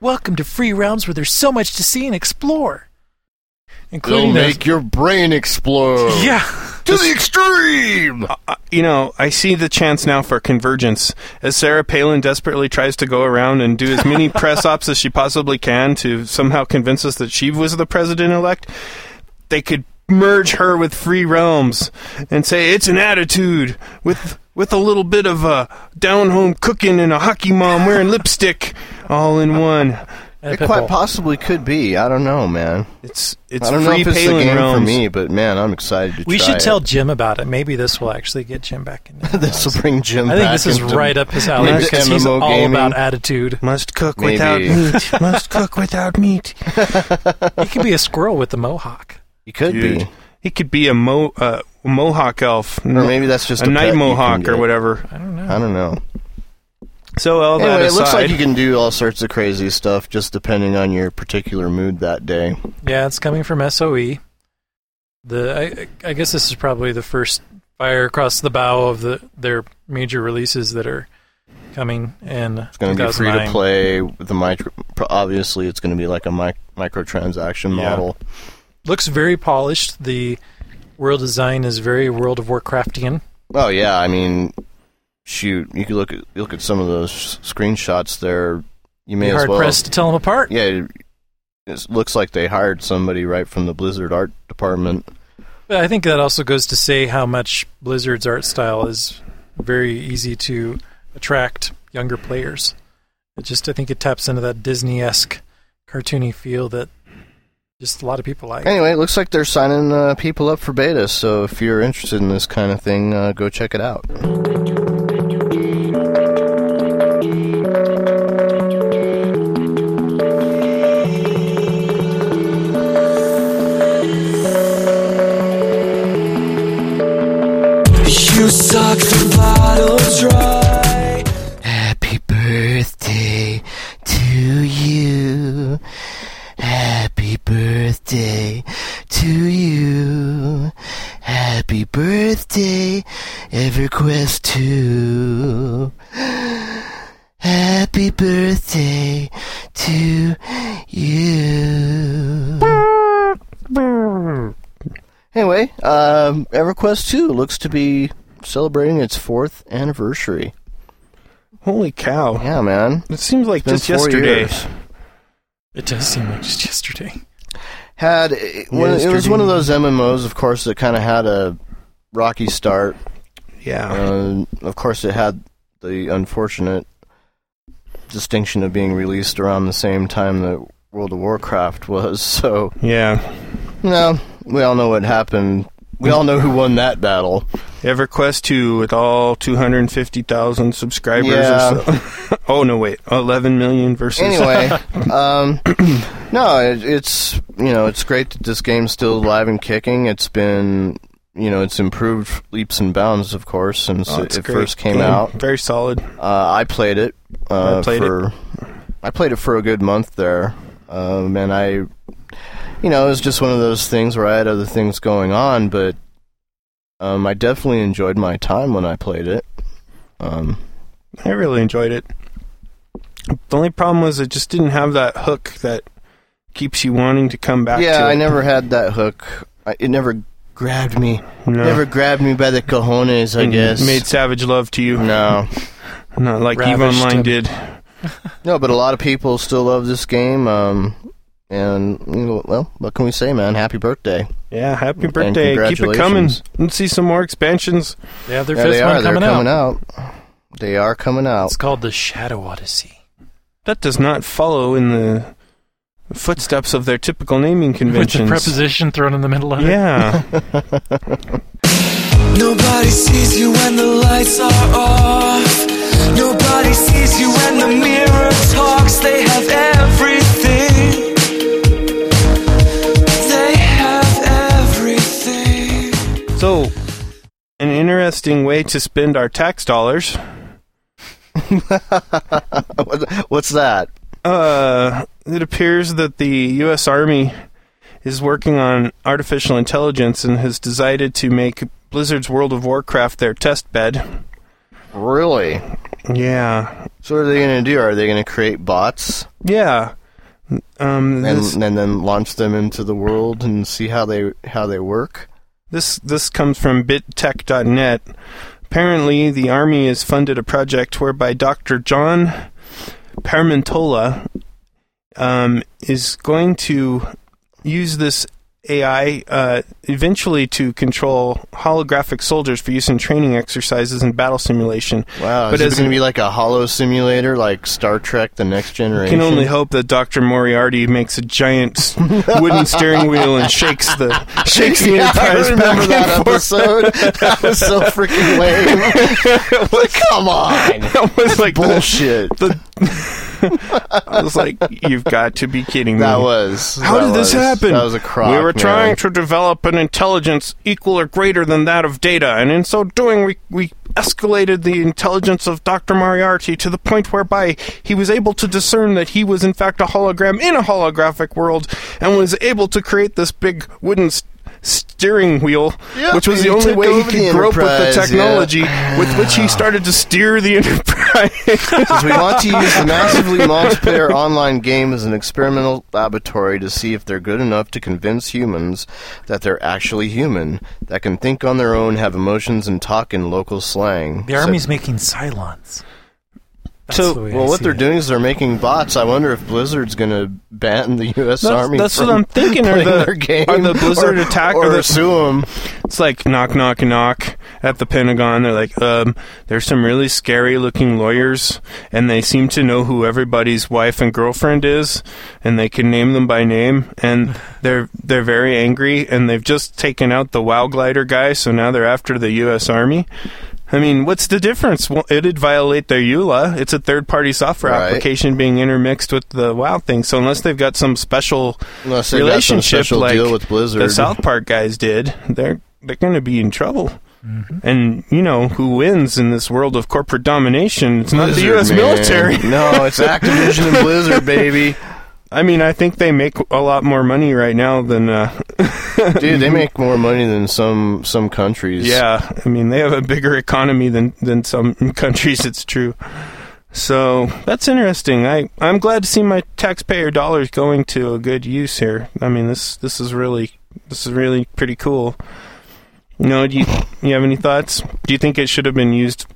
S6: Welcome to Free Realms, where there's so much to see and explore,
S7: It'll
S6: including those-
S7: make your brain explode. (laughs)
S6: yeah.
S7: To the extreme!
S3: Uh, you know, I see the chance now for convergence as Sarah Palin desperately tries to go around and do as many press ops as she possibly can to somehow convince us that she was the president elect. They could merge her with Free Realms and say it's an attitude with with a little bit of a down home cooking and a hockey mom wearing lipstick all in one.
S6: And a
S7: It
S6: pit
S7: quite
S6: bull.
S7: possibly could be. I don't know, man.
S3: It's it's
S7: I don't know
S3: Free
S7: if it's
S3: Palin
S7: the game
S3: Realms.
S7: for me, but man, I'm excited to
S6: we
S7: try
S6: should
S7: it.
S6: tell Jim about it. Maybe this will actually get Jim back in.
S7: (laughs) this will bring Jim.
S6: I think
S7: back
S6: this is
S7: into-
S6: right up his alley
S7: into
S6: because he's
S7: MMO
S6: all
S7: gaming.
S6: about attitude.
S3: Must cook
S7: Maybe.
S3: without meat. Must cook without meat.
S6: He could be a squirrel with the mohawk.
S7: You could
S3: Dude,
S7: be,
S3: He could be a mo uh, mohawk elf,
S7: or maybe that's just
S3: a
S7: a, pet
S3: night
S7: you can
S3: mohawk or
S7: get.
S3: whatever.
S6: I don't know.
S7: I don't know.
S3: So all that
S7: Anyway, it looks like
S3: aside-
S7: you can do all sorts of crazy stuff just depending on your particular mood that day.
S6: Yeah, it's coming from SOE. The I, I guess this is probably the first fire across the bow of the their major releases that are coming in.
S7: It's going to be free to
S6: 2009.
S7: play. with The micro, pro- obviously, it's going to be like a mic- microtransaction
S3: Yeah.
S7: model.
S6: Looks very polished. The world design is very World of Warcraftian.
S7: Oh yeah, I mean, shoot, you could look at look at some of those screenshots there. You may
S6: Be
S7: as
S6: hard
S7: well.
S6: pressed to tell them apart.
S7: Yeah, it- it looks like they hired somebody right from the Blizzard art department.
S6: But I think that also goes to say how much Blizzard's art style is very easy to attract younger players. It just I think it taps into that Disney esque cartoony feel that just a lot of people like.
S7: Anyway, it looks like they're signing uh, people up for beta. So if you're interested in this kind of thing, uh, go check it out.
S11: You suck the bottle dry.
S12: Happy birthday to you. Happy birthday to you. Happy birthday, EverQuest 2. Happy birthday to you.
S7: Anyway, um, EverQuest 2 looks to be celebrating its fourth anniversary.
S3: holy cow!
S7: Yeah, man.
S3: It seems like
S7: Been
S3: just
S7: four
S3: yesterday.
S7: years.
S6: It does seem like just yesterday.
S7: Had it, one- it was one of those MMOs, of course, that kind of had a rocky start.
S3: Yeah,
S7: Uh, of course, it had the unfortunate distinction of being released around the same time that World of Warcraft was. (laughs) So,
S3: yeah.
S7: no, we all know what happened. We all know who won that battle.
S3: EverQuest two with all two hundred fifty thousand subscribers.
S7: Yeah.
S3: Or so. (laughs) oh no, wait, eleven million versus.
S7: anyway, um, no, it, it's you know it's great that this game's still alive and kicking. It's been you know it's improved leaps and bounds, of course, since
S3: Oh,
S7: it,
S3: it's
S7: it
S3: great
S7: first came
S3: game.
S7: out.
S3: Very solid.
S7: Uh, I played it. Uh,
S3: I played it.
S7: for, I played it for a good month there, um, and I, you know, it was just one of those things where I had other things going on, but um, I definitely enjoyed my time when I played it. Um,
S3: I really enjoyed it. The only problem was it just didn't have that hook that keeps you wanting to come back.
S7: yeah,
S3: to
S7: I
S3: it.
S7: never had that hook. I, it never grabbed me.
S3: No.
S7: Never grabbed me by the cojones. I
S3: And
S7: guess.
S3: made savage love to you.
S7: No,
S3: not like Eve
S7: Ravished
S3: Online
S7: him.
S3: did.
S7: no, but a lot of people still love this game. Um, and you know, well, what can we say, man? Happy birthday!
S3: Yeah, happy
S7: And
S3: birthday! Keep it coming.
S7: congratulations.
S3: Let's see some more expansions.
S6: Yeah, their
S7: Yeah,
S6: fifth
S7: they
S6: one
S7: are. They're
S6: coming,
S7: coming
S6: out.
S7: out. They are coming out. (laughs)
S6: It's called the Shadow Odyssey.
S3: That does not follow in the footsteps of their typical naming
S6: With the
S3: conventions.
S6: preposition thrown in the middle of it.
S7: (laughs)
S3: yeah.
S11: Nobody sees you when the lights are off. Nobody sees you when the mirror talks. They have everything. They have everything.
S3: so, an interesting way to spend our tax dollars.
S7: What- What's that?
S3: Uh, it appears that the U.S. Army is working on artificial intelligence and has decided to make Blizzard's World of Warcraft their test bed.
S7: Really?
S3: Yeah,
S7: So what are they going to do? Are they going to create bots
S3: yeah. Um,
S7: and,
S3: this,
S7: and then launch them into the world and see how they how they work?
S3: this this comes from BitTech.net. Apparently, the army has funded a project whereby Dr. John Parmentola um, is going to use this AI uh, eventually to control holographic soldiers for use in training exercises and battle simulation.
S7: Wow!
S3: But
S7: is
S3: as
S7: it going
S3: an-
S7: to be like a hollow simulator, like Star Trek: The Next
S3: I
S7: Generation?
S3: can only hope that Dr. Moriarty makes a
S7: (laughs)
S3: giant wooden steering wheel and shakes the shakes the
S7: Yeah, I
S3: Enterprise back
S7: remember that
S3: and (laughs) forth.
S7: episode. (laughs) That was so freaking lame. (laughs) Come on,
S3: That was like the-
S7: bullshit.
S3: the, I was like, "You've got to be kidding me!"
S7: That was.
S3: How
S7: that
S3: did this
S7: was-
S3: happen?
S7: That was a crock.
S3: we were
S7: man.
S3: (laughs) trying to develop an intelligence equal or greater than that of Data, and in so doing, we we escalated the intelligence of Doctor Moriarty to the point whereby he was able to discern that he was in fact a hologram in a holographic world, and was able to create this big wooden. s steering wheel
S7: Yep,
S3: which was
S7: and
S3: the
S7: he
S3: only
S7: took
S3: way he
S7: over the
S3: could grope with
S7: Enterprise,
S3: the
S7: yeah.
S3: technology with which he started to steer
S7: (laughs)
S3: the enterprise
S7: 'Cause we want to use the massively multiplayer online game as an experimental laboratory to see if they're good enough to convince humans that they're actually human, that can think on their own, have emotions, and talk in local slang.
S6: The
S7: So-
S6: army's making Cylons. That's
S3: So-
S6: the way I
S7: well, what
S6: see
S7: they're
S6: it.
S7: doing is they're making bots. I wonder if Blizzard's going to ban the U.S.
S3: That's-
S7: Army.
S3: that's what
S7: from
S3: I'm thinking. Are
S7: playing
S3: the-
S7: their game,
S3: are the Blizzard
S7: or,
S3: attack-
S7: or
S3: are the-
S7: sue 'em.
S3: It's like knock, knock, knock at the Pentagon. They're like, um, there's some really scary looking lawyers, and they seem to know who everybody's wife and girlfriend is, and they can name them by name,
S7: (laughs)
S3: and they're they're very angry, and they've just taken out the WoW glider guy, so now they're after the U.S. Army. I mean, what's the difference? Well, it'd violate their EULA. It's a third-party software
S7: Right.
S3: application being intermixed with the WoW thing. So unless they've got some special
S7: Unless they've got some
S3: relationship
S7: special
S3: like
S7: deal with Blizzard.
S3: the South Park guys did, they're they're going to be in trouble. And you know who wins in this world of corporate domination? It's not the
S7: Blizzard,
S3: U.S.
S7: man.
S3: military.
S7: (laughs)
S3: (laughs)
S7: No, it's Activision and Blizzard, baby.
S3: I mean, I think they make a lot more money right now than. Uh,
S7: Dude, they make more money than some some countries.
S3: yeah, I mean, they have a bigger economy than than some (laughs) countries. It's true. So that's interesting. I I'm glad to see my taxpayer dollars going to a good use here. I mean, this this is really this is really pretty cool. No, do you you have any thoughts? Do you think it should have been used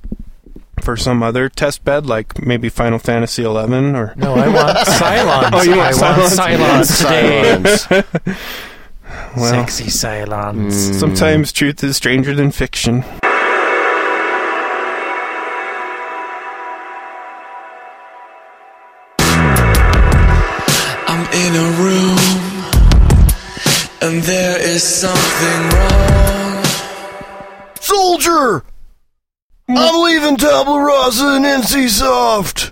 S3: for some other test bed, like maybe Final Fantasy XI or?
S6: No, Oh, I want Cylons.
S3: Oh, you
S6: I
S3: want Cylons?
S6: want
S7: You want
S6: Cylons today.
S7: silence.
S3: Well, Mm.
S6: Sexy Cylons.
S3: sometimes truth is stranger than fiction.
S11: I'm in a room and there is something wrong.
S7: Soldier!
S3: Mm.
S7: I'm leaving Tabla Rasa and NCSoft!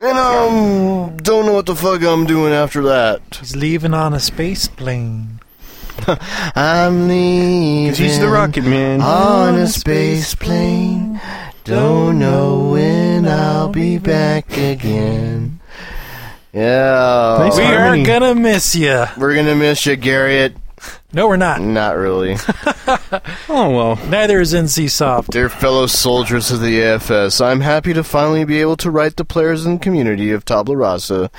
S7: And I don't know what the fuck I'm doing after that.
S6: He's leaving on a space plane.
S7: I'm leaving.
S3: He's the Rocket Man.
S7: On a space plane. Don't know when I'll be back again. Yeah.
S3: Nice
S6: We
S3: Harmony.
S7: Oh,
S6: are gonna miss you.
S7: We're gonna miss you, Garriott.
S6: No, we're not.
S7: Not really.
S6: oh well. Neither is NC Soft.
S7: Dear fellow soldiers of the AFS, I'm happy to finally be able to write the players and community of Tabla Rasa.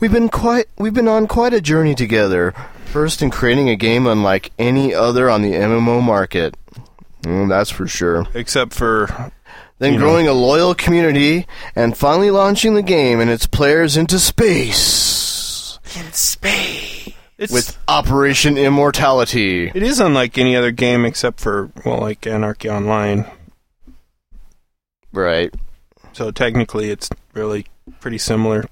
S7: We've been quite we've been on quite a journey together. First in creating a game unlike any other on the MMO market. Mm, that's for sure.
S3: Except for
S7: Then
S3: you know.
S7: growing a loyal community and finally launching the game and its players into space.
S6: In space.
S3: It's-
S7: with Operation Immortality.
S3: it is unlike any other game except for well, like Anarchy Online.
S7: Right.
S3: So technically, it's really pretty similar.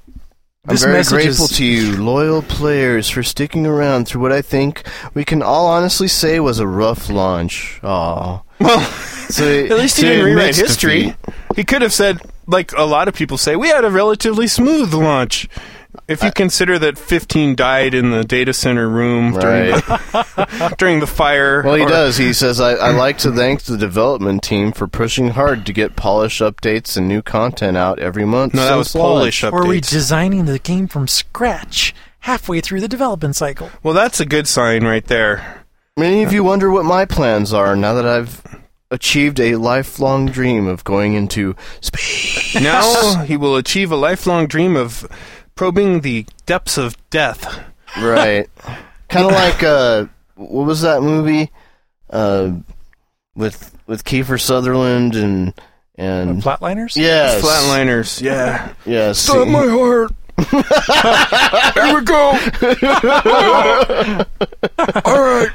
S7: I'm very grateful to you, loyal players, for sticking around through what I think we can all honestly say was a rough launch. Aw.
S3: Well,
S7: so
S3: (laughs) At least he
S7: to
S3: didn't rewrite
S7: admits
S3: history.
S7: defeat-
S3: He could have said, like a lot of people say, we had a relatively smooth launch. If you consider that 15 died in the data center room during, the, during the fire.
S7: (laughs) Well, he
S3: or-
S7: does. He says, I, I like to thank the development team for pushing hard to get polished updates and new content out every month.
S3: No, that
S7: since
S3: was Polish
S7: launch."
S3: updates.
S6: Were we designing the game from scratch halfway through the development cycle?
S3: Well, that's a good sign right
S7: (laughs)
S3: there.
S7: Many of you wonder what my plans are now that I've achieved a lifelong dream of going into space.
S3: Now he will achieve a lifelong dream of probing the depths of death.
S7: (laughs) Right. kind of like uh, what was that movie? Uh, with with Kiefer Sutherland and and
S6: Flatliners?
S7: yes,
S3: Flatliners, yeah.
S7: yeah.
S3: Stop my (laughs) heart. Here we (laughs) go. All right.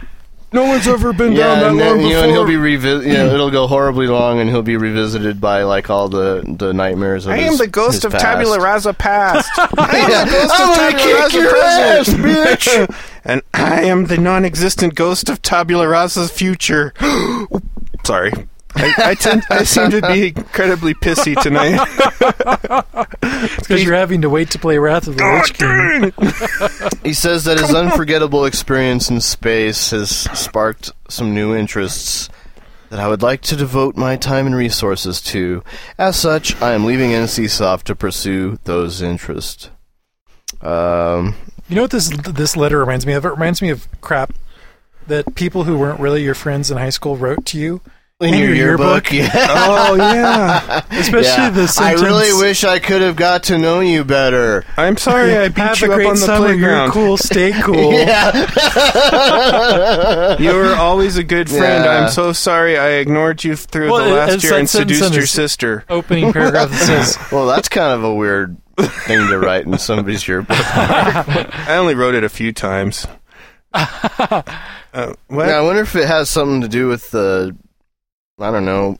S3: No one's ever been
S7: Yeah,
S3: down that long
S7: and, then,
S3: before. Hmm.
S7: you know, and he'll be revi- you know, it'll go horribly long, and he'll be revisited by like all the, the nightmares. Of
S3: I
S7: his,
S3: am the ghost
S7: his
S3: of
S7: past.
S3: Tabula Rasa past. I am
S7: (laughs)
S3: (laughs)
S7: Yeah.
S3: the ghost
S7: I'm
S3: of
S7: gonna
S3: Tabula
S7: kick
S3: Rasa
S7: your ass,
S3: present. (laughs)
S7: bitch.
S3: and I am the non-existent ghost of Tabula Rasa's future. (gasps) Sorry. I, I, tend, I seem to be incredibly pissy (laughs) tonight.
S6: Because you're having to wait to play Wrath of the Witch King.
S7: He says that his unforgettable experience in space has sparked some new interests that I would like to devote my time and resources to. As such, I am leaving NCSoft to pursue those interests. Um,
S6: You know what this this letter reminds me of? It reminds me of crap that people who weren't really your friends in high school wrote to you
S7: In your yearbook, (laughs) yeah.
S6: Oh yeah, especially
S7: yeah,
S6: the sentence.
S7: I really wish I could have got to know you better.
S3: I'm sorry I beat
S6: Have
S3: you
S6: a great
S3: up on the
S6: summer. You're
S3: playground.
S6: cool.
S3: (laughs)
S6: Stay cool.
S7: Yeah.
S3: You
S7: (laughs)
S3: were always a good friend.
S7: Yeah.
S3: I'm so sorry I ignored you through
S6: Well,
S3: the
S6: it-
S3: last
S6: it's
S3: year
S6: that
S3: and
S6: sentence
S3: seduced
S6: in
S3: your
S6: this-
S3: sister.
S6: Opening paragraph that
S3: (laughs)
S6: says,
S7: well, that's kind of a weird thing to write in somebody's yearbook.
S3: I only wrote it a few
S7: (laughs)
S3: times. uh, what?
S7: Yeah, I wonder if it has something to do with the, I don't know,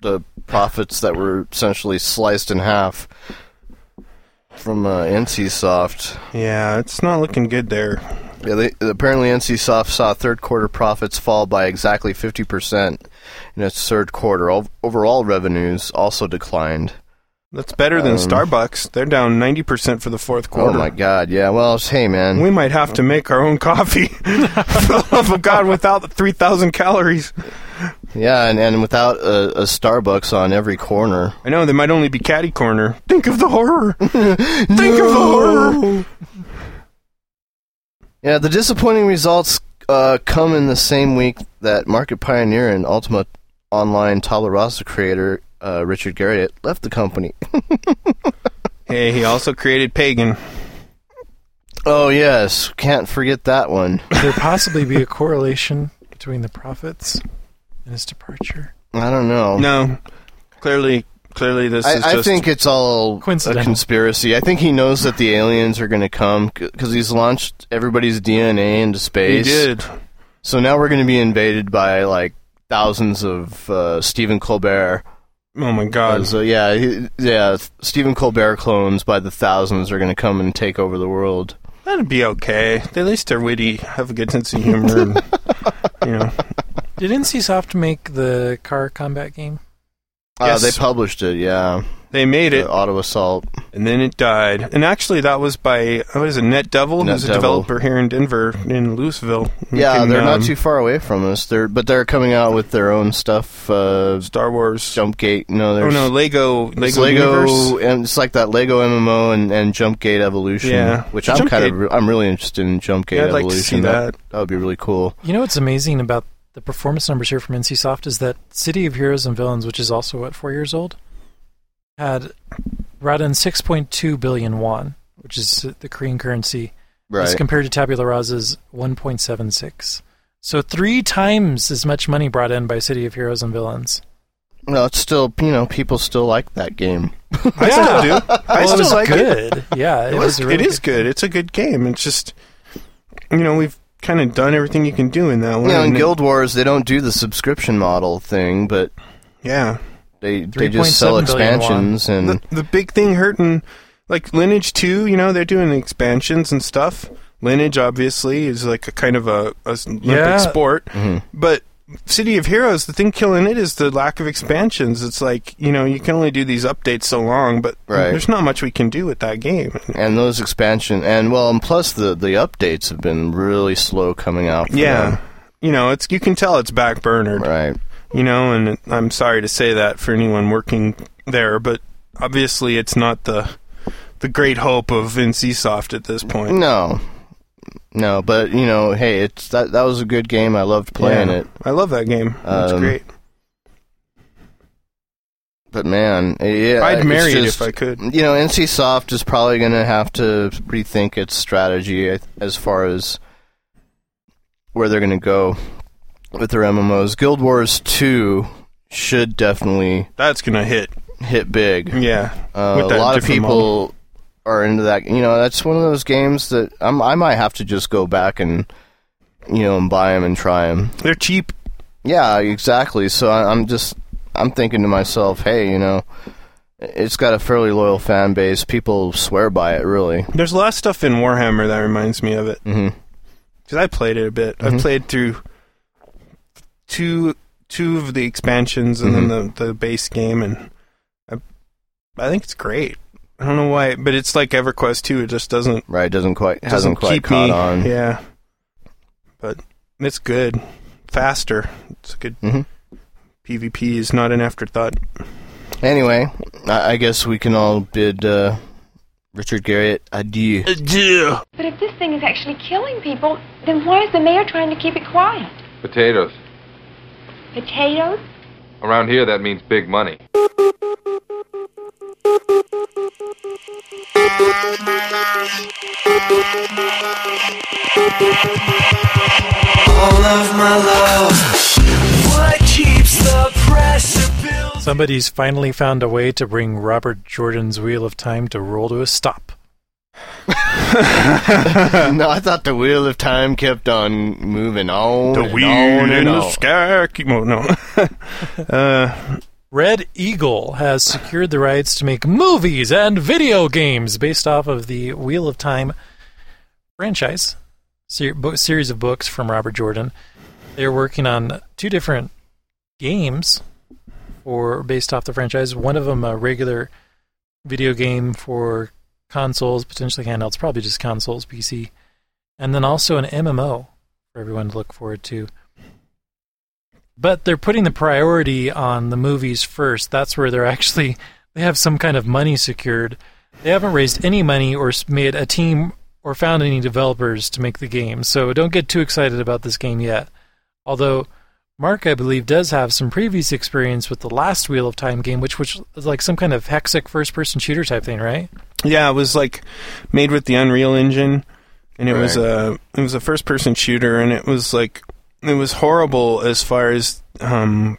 S7: the profits that were essentially sliced in half from uh, NCSoft.
S3: Yeah, it's not looking good there.
S7: Yeah, they, apparently NCSoft saw third quarter profits fall by exactly 50% in its third quarter. Ov- overall revenues also declined.
S3: That's better than
S7: Um,
S3: Starbucks. They're down 90% for the fourth quarter.
S7: Oh my god, yeah, well, it's- hey man.
S3: we might have to make our own coffee. (laughs) For the love of God, without the 3,000 calories.
S7: yeah, and, and without a, a Starbucks on every corner.
S3: I know, they might only be catty corner. Think of the
S7: (laughs)
S3: horror. Think of the horror.
S7: Yeah, the disappointing results uh, come in the same week that Market Pioneer and Ultima Online Tabla Rasa creator uh, Richard Garriott left the company.
S3: Hey, he also created Pagan.
S7: oh, yes. Can't forget that one.
S6: "Could there possibly be a correlation between the profits and his departure?"
S7: I don't know.
S3: No, clearly, clearly this is
S7: I, I
S3: just...
S7: think it's all a
S6: Coincidental.
S7: conspiracy. I think he knows that the aliens are going to come because he's launched everybody's DNA into
S3: he
S7: space.
S3: did.
S7: So now we're going to be invaded by, like, thousands of uh, Stephen Colbert.
S3: Oh my
S7: Uh,
S3: God.
S7: so yeah, he- yeah. Stephen Colbert clones by the thousands are going to come and take over the world.
S3: That'd be okay. They at least are witty, have a good sense of humor, and, you know...
S6: Did NCSoft make the car combat game?
S7: Uh,
S3: Yes.
S7: they published it. Yeah,
S3: They made it.
S7: Auto Assault.
S3: And then it died. And actually, that was by, what is it, Net Devil,
S7: Net
S3: who's a
S7: Devil.
S3: developer here in Denver, in Louisville. Who
S7: Yeah,
S3: can,
S7: they're
S3: um,
S7: not too far away from us. They're but they're coming out with their own stuff. Uh,
S3: Star Wars,
S7: Jumpgate. No,
S3: Oh,
S7: there's
S3: no, Lego,
S7: it's
S3: Lego, Universe.
S7: and it's like that Lego MMO and, and Jumpgate Evolution.
S3: Yeah.
S7: which I'm kind
S3: Jumpgate-
S7: of re- I'm really interested in Jumpgate
S3: Yeah, I'd like to
S7: Evolution.
S3: see
S7: that that would be really cool.
S6: You know what's amazing about the performance numbers here from NCSoft is that City of Heroes and Villains, which is also what four years old, had brought in 6.2 billion won, which is the Korean currency, as
S7: Right.
S6: compared to Tabula Rasa's 1.76. So three times as much money brought in by City of Heroes and Villains.
S7: No, it's still you know people still like that game.
S3: I still do. I
S6: Well, it
S3: still
S6: was
S3: like
S6: good.
S3: (laughs) it.
S6: Yeah, it was
S3: was-
S6: really
S3: it is good. It's a good game. It's just, you know, we've kind of done everything you can do in that
S7: You
S3: one.
S7: know, in
S3: and it-
S7: Guild Wars they don't do the subscription model thing, but
S3: yeah,
S7: they they just sell
S3: 3.7 billion won.
S7: expansions and
S3: (laughs) the, the big thing hurting like lineage 2 you know they're doing expansions and stuff lineage obviously is like a kind of a, a s- olympic
S6: Yeah.
S3: sport
S7: Mm-hmm.
S3: but city of heroes the thing killing it is the lack of expansions it's like you know you can only do these updates so long but
S7: Right.
S3: there's not much we can do with that game
S7: and those expansion and well and plus the the updates have been really slow coming out. For
S3: yeah
S7: them.
S3: you know it's you can tell it's backburnered
S7: right
S3: you know and i'm sorry to say that for anyone working there but obviously it's not the the great hope of ncsoft at this point
S7: No, no, but you know, hey, it's that that was a good game. I loved playing
S3: Yeah.
S7: it,
S3: I love that game. It's
S7: Um,
S3: great.
S7: but man, eh, yeah,
S3: I'd
S7: it's
S3: marry it
S7: just-
S3: if I could.
S7: You know, NCSoft is probably going to have to rethink its strategy a- as far as where they're going to go with their MMOs. Guild Wars Two should definitely
S3: That's gonna hit.
S7: hit big.
S3: Yeah,
S7: Uh,
S3: with
S7: a
S3: that
S7: lot of
S3: different
S7: people are into that. You know, that's one of those games that I'm, I might have to just go back and you know and buy them and try them.
S3: They're cheap.
S7: Yeah, exactly. So I, I'm just I'm thinking to myself, hey, you know, it's got a fairly loyal fan base. People swear by it, really.
S3: There's a lot of stuff in Warhammer that reminds me of it
S7: Mm-hmm.
S3: because I played it a bit. I
S7: Mhm.
S3: played through two two of the expansions and then
S7: Mm-hmm.
S3: the, the base game, and I, I think it's great. I don't know why, but it's like EverQuest 2. It just doesn't
S7: Right? Doesn't quite
S3: it doesn't
S7: hasn't quite
S3: keep
S7: caught
S3: me.
S7: on.
S3: Yeah, but it's good. Faster. It's a good.
S7: Mhm.
S3: PvP is not an afterthought.
S7: Anyway, I, I guess we can all bid uh, Richard Garriott adieu.
S3: Adieu.
S13: But if this thing is actually killing people, then why is the mayor trying to keep it quiet?
S14: Potatoes.
S13: Potatoes?
S14: Around here, that means big money.
S11: All of my love. What keeps the pressure building?
S6: Somebody's finally found a way to bring Robert Jordan's Wheel of Time to roll to a stop.
S7: (laughs) no, I thought the wheel of time kept on moving on.
S3: The
S7: and
S3: wheel
S7: on
S3: in
S7: and
S3: the
S7: on.
S3: sky. Keep, oh, no. (laughs) uh,
S6: Red Eagle has secured the rights to make movies and video games based off of the Wheel of Time franchise ser- bo- series of books from Robert Jordan. They're working on two different games or based off the franchise. One of them a regular video game for consoles, potentially handhelds, probably just consoles, PC, and then also an MMO for everyone to look forward to. But they're putting the priority on the movies first. That's where they're actually they have some kind of money secured. They haven't raised any money or s- made a team or found any developers to make the game. So don't get too excited about this game yet. Although Mark, I believe, does have some previous experience with the last Wheel of Time game, which which is like some kind of hexic first-person shooter type thing, right?
S3: yeah, it was like made with the Unreal Engine, and it was
S6: Right.
S3: a it was a first person shooter, and it was like it was horrible as far as um,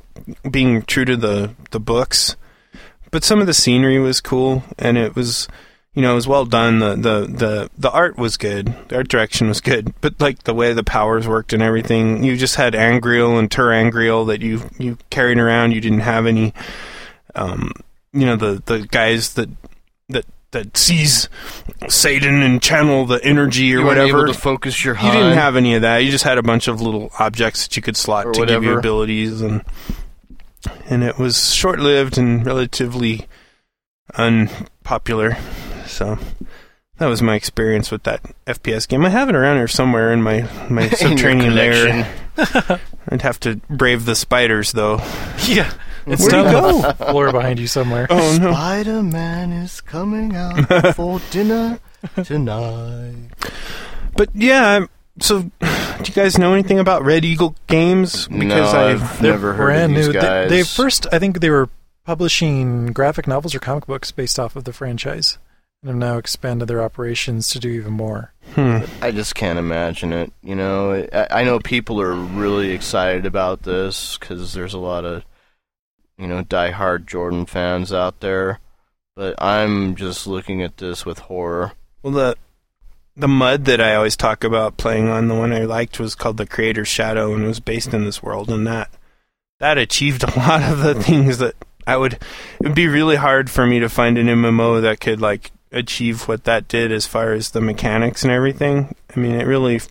S3: being true to the the books, but some of the scenery was cool, and it was. You know, it was well done. The, the, the, the art was good. The art direction was good. But, like, the way the powers worked and everything, you just had Angreal and Turangreal that you, you carried around. You didn't have any um, you know the the guys that that that seize Satan and channel the energy or
S7: You weren't
S3: whatever.
S7: able to focus your
S3: You didn't
S7: hind.
S3: have any of that. You just had a bunch of little objects that you could slot
S7: Or
S3: to give you
S7: whatever.
S3: abilities and and it was short lived and relatively unpopular. So that was my experience with that FPS game. I have it around here somewhere in my my
S7: (laughs)
S6: In your
S3: subterranean lair.
S6: collection.
S3: I'd have to brave the spiders
S7: (laughs)
S3: though.
S6: Yeah. It's
S3: Where'd
S6: down
S3: he
S6: on
S3: go?
S6: the floor behind you somewhere.
S3: Oh, no.
S7: Spider Man is
S3: (laughs)
S7: coming out for dinner tonight.
S3: But yeah, I'm- so do you guys know anything about Red Eagle Games?
S7: No,
S3: I-
S7: I've never heard of these
S6: They-
S7: guys.
S6: They, first, I think they were publishing graphic novels or comic books based off of the franchise, and have now expanded their operations to do even more.
S3: Hmm.
S7: I just can't imagine it. You know, I, I know people are really excited about this because there's a lot of, you know, diehard Jordan fans out there. But I'm just looking at this with horror.
S3: Well, the the mud that I always talk about playing on, the one I liked was called the Creator's Shadow, and was based in this world, and that that achieved (laughs) a lot of the things that I would. It would be really hard for me to find an MMO that could like achieve what that did as far as the mechanics and everything. I mean, it really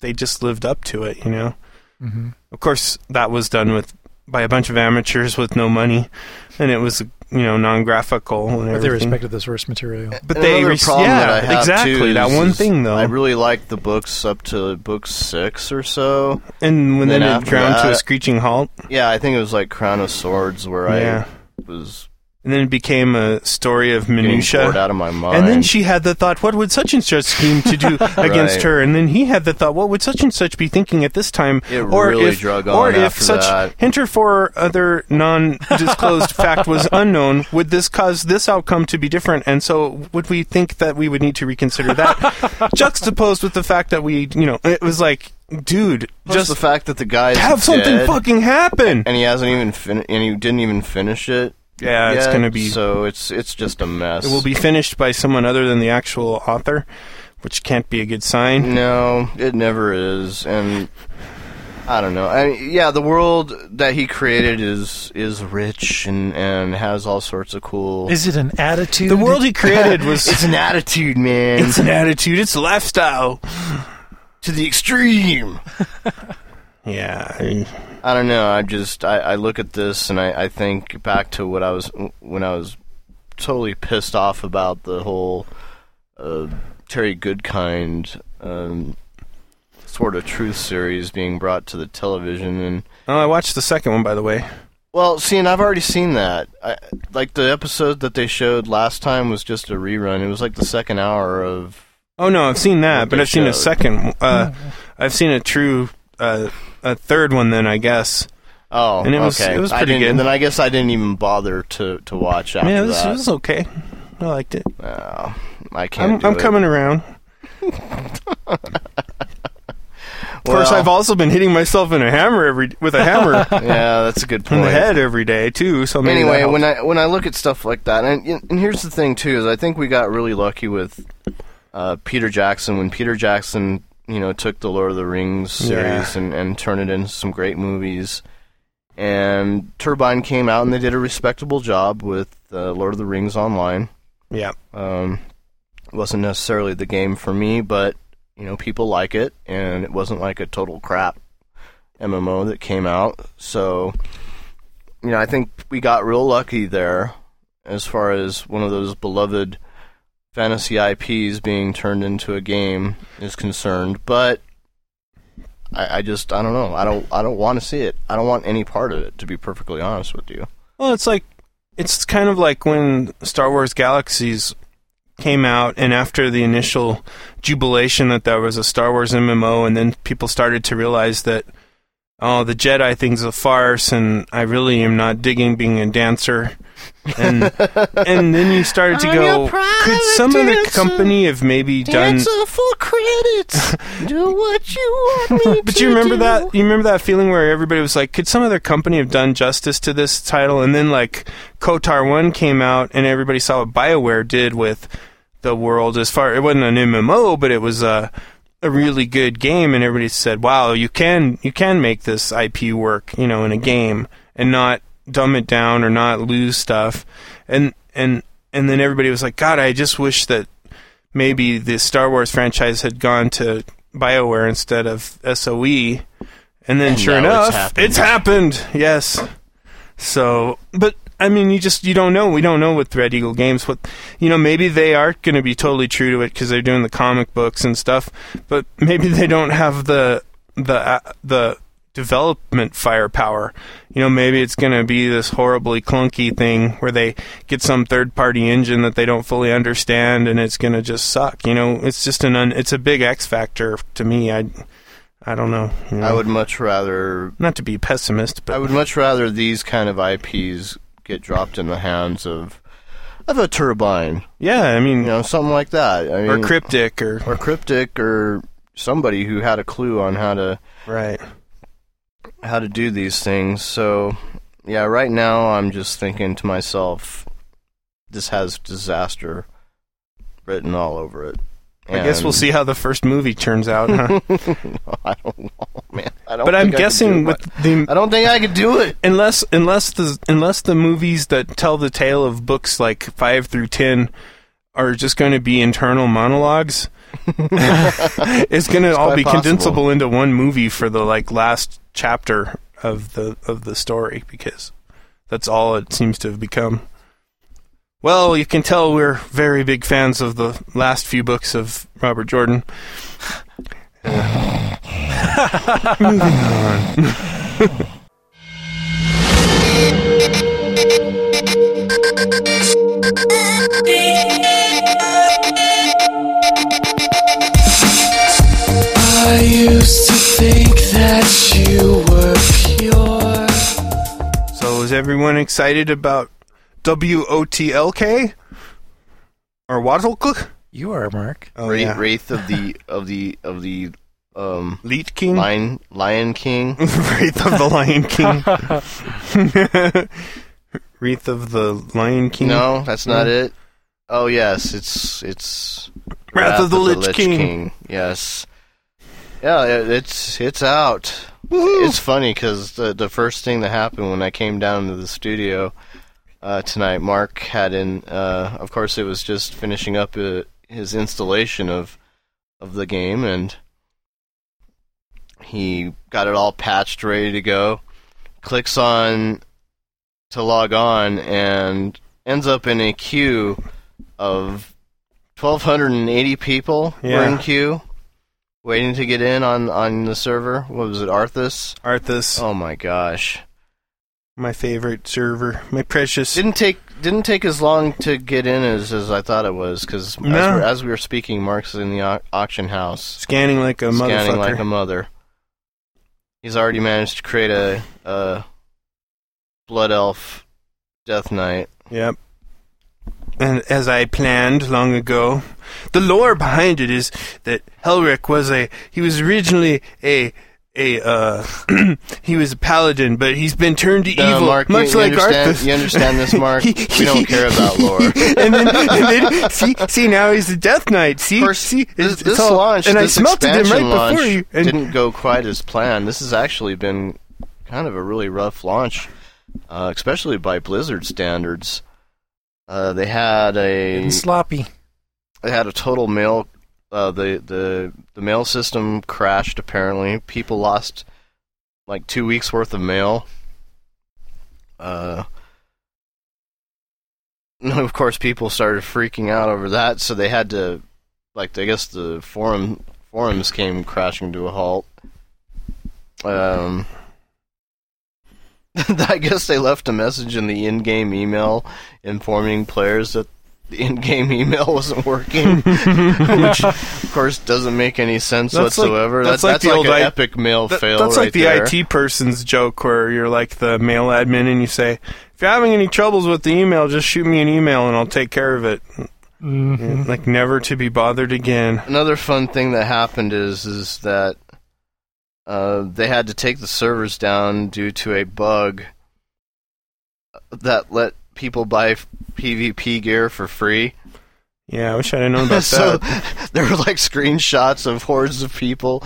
S3: they just lived up to it, you know.
S6: Mhm.
S3: Of course, that was done with by a bunch of amateurs with no money, and it was you know non-graphical and
S6: But
S3: everything.
S6: they respected the source material.
S3: But they
S7: Another
S3: res-
S7: problem
S3: yeah,
S7: that I have
S3: exactly
S7: too
S3: that
S7: is-
S3: one
S7: is
S3: thing though.
S7: I really like the books up to book six or so.
S3: And when then, it
S7: after
S3: ground to a
S7: that-
S3: screeching halt,
S7: Yeah, I think it was like Crown of Swords where
S3: Yeah.
S7: I was
S3: and then it became a story of minutia.
S7: bored out of my
S3: And then
S7: mind.
S3: she had the thought, "What would such and such scheme to
S7: (laughs)
S3: do against
S7: Right.
S3: her?" And then he had the thought, "What would such and such be thinking at this time?"
S7: It really
S3: if,
S7: drug
S3: or
S7: on
S3: if
S7: after
S3: such
S7: that.
S3: hinter for other
S7: (laughs)
S3: non-disclosed fact was unknown, would this cause this outcome to be different? And so, would we think that we would need to reconsider
S7: (laughs)
S3: that, juxtaposed with the fact that we, you know, it was like, dude,
S7: Plus
S3: just
S7: the fact that the guy is
S3: have something
S7: dead,
S3: fucking happen.
S7: and he hasn't even fin- and he didn't even finish it.
S3: Yeah, it's
S7: yet,
S3: gonna be-
S7: so it's it's just a mess.
S3: It will be finished by someone other than the actual author, which can't be a good sign.
S7: No, it never is, and I don't know. I yeah, the world that he created is is rich and and has all sorts of cool.
S6: Is it an attitude?
S3: The world he created was
S7: (laughs) it's an attitude,
S3: (laughs)
S7: man.
S3: it's an attitude, it's a lifestyle.
S7: to the (laughs) extreme.
S3: Yeah. I-
S7: I don't know. I just I, I look at this and I, I think back to what I was when I was totally pissed off about the whole uh, Terry Goodkind um, sort of truth series being brought to the television and
S3: Oh, I watched the second one by the way.
S7: well, see, and I've already seen that. I, like the episode that they showed last time was just a rerun. It was like the second hour of
S3: Oh no, I've seen that, but
S7: they
S3: I've seen a
S7: showed.
S3: second uh I've seen a true uh a third one then I guess.
S7: oh,
S3: And it was-
S7: okay.
S3: it was
S7: I
S3: pretty
S7: didn't-
S3: good.
S7: And then I guess I didn't even bother to to watch after
S3: yeah, it was,
S7: that.
S3: it was okay. I liked it.
S7: Oh, I can't.
S3: I'm,
S7: do
S3: I'm
S7: it.
S3: coming around. of course,
S7: Well-
S3: I've also been hitting myself in a hammer every with a
S7: (laughs)
S3: hammer
S7: yeah, that's a good
S3: (laughs) in
S7: point.
S3: the head every day too. So maybe that
S7: anyway,
S3: helped.
S7: when I when I look at stuff like that, and and here's the thing too is I think we got really lucky with uh, Peter Jackson when Peter Jackson you know took the Lord of the Rings series and and turned it into some great movies. And Turbine came out and they did a respectable job with uh, Lord of the Rings Online.
S3: yeah.
S7: Um, wasn't necessarily the game for me, but you know people like it, and it wasn't like a total crap MMO that came out. So, you know, I think we got real lucky there as far as one of those beloved fantasy IPs being turned into a game is concerned. But I, I just I don't know. I don't I don't want to see it. I don't want any part of it. To be perfectly honest with you.
S3: Well, it's like it's kind of like when Star Wars Galaxies came out, and after the initial jubilation that there was a Star Wars MMO, and then people started to realize that oh, the Jedi thing's a farce, and I really am not digging being a dancer. and
S7: (laughs)
S3: and then you started to
S7: I'm
S3: go.
S7: your private
S3: Could some other
S7: dancer.
S3: company have maybe done?
S7: for
S3: (laughs)
S7: credits. do what you want me
S3: But you remember that? You remember that feeling where everybody was like, "Could some other company have done justice to this title?" And then like Kotar One came out, and everybody saw what Bioware did with the world. As far it wasn't an MMO, but it was a a really good game, and everybody said, "Wow, you can you can make this IP work, you know, in a game, and not dumb it down or not lose stuff." And and and then everybody was like, "God, I just wish that." maybe the Star Wars franchise had gone to BioWare instead of E, SOE. And then
S7: And
S3: sure
S7: now it's
S3: enough,
S7: happened.
S3: it's happened. Yes. So, but I mean, you just you don't know. We don't know with Red Eagle Games what you know. Maybe they aren't going to be totally true to it because they're doing the comic books and stuff. But maybe they don't have the the uh, the development firepower. You know, maybe it's going to be this horribly clunky thing where they get some third party engine that they don't fully understand, and it's going to just suck. You know, it's just an un, it's a big X factor to me. I I don't know. you know.
S7: I would much rather
S3: not to be a pessimist, but
S7: I would much rather these kind of IPs get dropped in the hands of of a turbine.
S3: Yeah, I mean,
S7: you know, something like that. I
S3: or
S7: mean,
S3: cryptic or
S7: or cryptic or somebody who had a clue on how to
S3: right.
S7: how to do these things. So, yeah, right now I'm just thinking to myself, this has disaster written all over it.
S3: I guess we'll
S7: And-
S3: see how the first movie turns out. Huh?
S7: (laughs) I don't know, man. I don't
S3: but
S7: think I
S3: I'm
S7: could
S3: guessing
S7: do
S3: with
S7: it.
S3: the
S7: I don't think I could do it.
S3: unless unless the unless the movies that tell the tale of books like five through ten are just going to be internal
S7: (laughs)
S3: monologues. it's going to
S7: It's
S3: all
S7: quite
S3: be
S7: possible.
S3: condensable into one movie for the like last chapter of the of the story because that's all it seems to have become. Well, you can tell we're very big fans of the last few books of Robert Jordan. Uh, moving on.
S11: I used to think that you were pure.
S3: So is everyone excited about WOTLK or Wattlecook?
S6: You are, Mark.
S3: Oh,
S7: Wraith,
S3: yeah.
S7: Wraith of the of the of the um
S3: Leet King,
S7: Lion Lion King.
S3: (laughs) Wraith of the Lion
S7: (laughs)
S3: King, Wraith of the Lion King.
S7: No, that's not it. Oh yes, it's it's
S3: Wrath of the Lich King.
S7: Yes. Yeah, it, it's it's out. It's funny because the the first thing that happened when I came down to the studio uh, tonight, Mark had in. Uh, of course, it was just finishing up uh, his installation of of the game, and he got it all patched, ready to go. Clicks on to log on and ends up in a queue of 1,280 people were
S3: Yeah.
S7: in queue waiting to get in on, on the server. What was it, Arthas?
S3: Arthas,
S7: Oh my gosh.
S3: my favorite server, my precious.
S7: Didn't take didn't take as long to get in as, as I thought it was because
S3: No.
S7: as, we're- as we were speaking, Mark's in the au- auction house
S3: scanning like a motherfucker.
S7: scanning like a mother. He's already managed to create a, a blood elf death knight.
S3: Yep. And as I planned long ago, the lore behind it is that Helric was a he was originally a a uh (clears throat) he was a paladin, but he's been turned to
S7: No,
S3: evil,
S7: Mark, you-
S3: much
S7: you
S3: like
S7: understand-
S3: Arthas.
S7: you
S3: (laughs)
S7: understand this, Mark? We don't care about lore.
S3: and then, and then see, see, now he's the Death Knight. See,
S7: First,
S3: see,
S7: this,
S3: it's
S7: this
S3: all-
S7: launch,
S3: and I
S7: this
S3: smelted him right
S7: expansion launch
S3: before you. And
S7: didn't go quite as planned. This has actually been kind of a really rough launch, uh, especially by Blizzard standards. Uh, they had a
S6: And sloppy.
S7: they had a total mail. Uh, the the the mail system crashed. Apparently, people lost like two weeks worth of mail. Uh, (laughs) and of course, people started freaking out over that, so they had to, like, I guess the forum forums came crashing to a halt. Um, (laughs) I guess they left a message in the in-game email informing players that the in-game (laughs) email wasn't
S3: (laughs)
S7: working, which of course doesn't make any sense
S3: That's like-
S7: whatsoever.
S3: that's
S7: that's,
S3: like
S7: that's
S3: the
S7: like
S3: old
S7: an
S3: I-
S7: epic mail
S3: That-
S7: fail.
S3: That's like
S7: right there.
S3: the IT person's joke where you're like the mail admin and you say, if you're having any troubles with the email, just shoot me an email and I'll take care of it. Mm-hmm. Like never to be bothered again.
S7: another fun thing that happened is is that uh, they had to take the servers down due to a bug that let people buy f- PvP gear for free.
S3: Yeah, I wish I'd have known about
S7: (laughs) so
S3: (laughs) that.
S7: there were like screenshots of hordes of people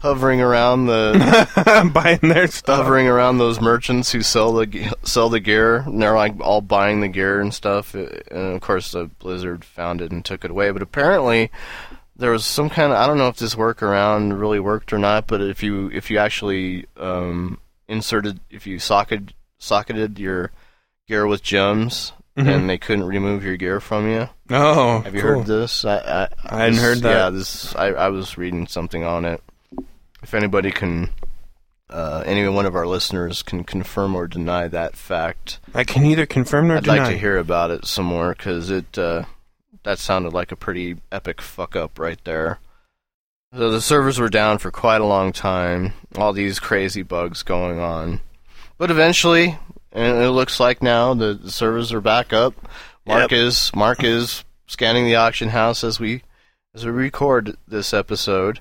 S7: hovering
S3: (laughs)
S7: around the
S3: Buying their stuff.
S7: hovering around those merchants who sell the ge- sell the gear, and they're like all buying the gear and stuff. Uh, And of course, the Blizzard found it and took it away. But apparently, there was some kind of I don't know if this workaround really worked or not. But if you if you actually um, inserted if you socketed socketed your gear with gems,
S3: Mhm.
S7: and they couldn't remove your gear from you.
S3: Oh,
S7: have you
S3: cool.
S7: heard this? I I,
S3: I hadn't
S7: this-
S3: heard that.
S7: Yeah, this I I was reading something on it. If anybody can, uh, any one of our listeners can confirm or deny that fact,
S3: I can either confirm nor
S7: I'd
S3: deny.
S7: like to hear about it some more because it uh, that sounded like a pretty epic fuck up right there. So the servers were down for quite a long time. All these crazy bugs going on, but eventually, and it looks like now the, the servers are back up. Mark is Mark is scanning the auction house as we as we record this episode.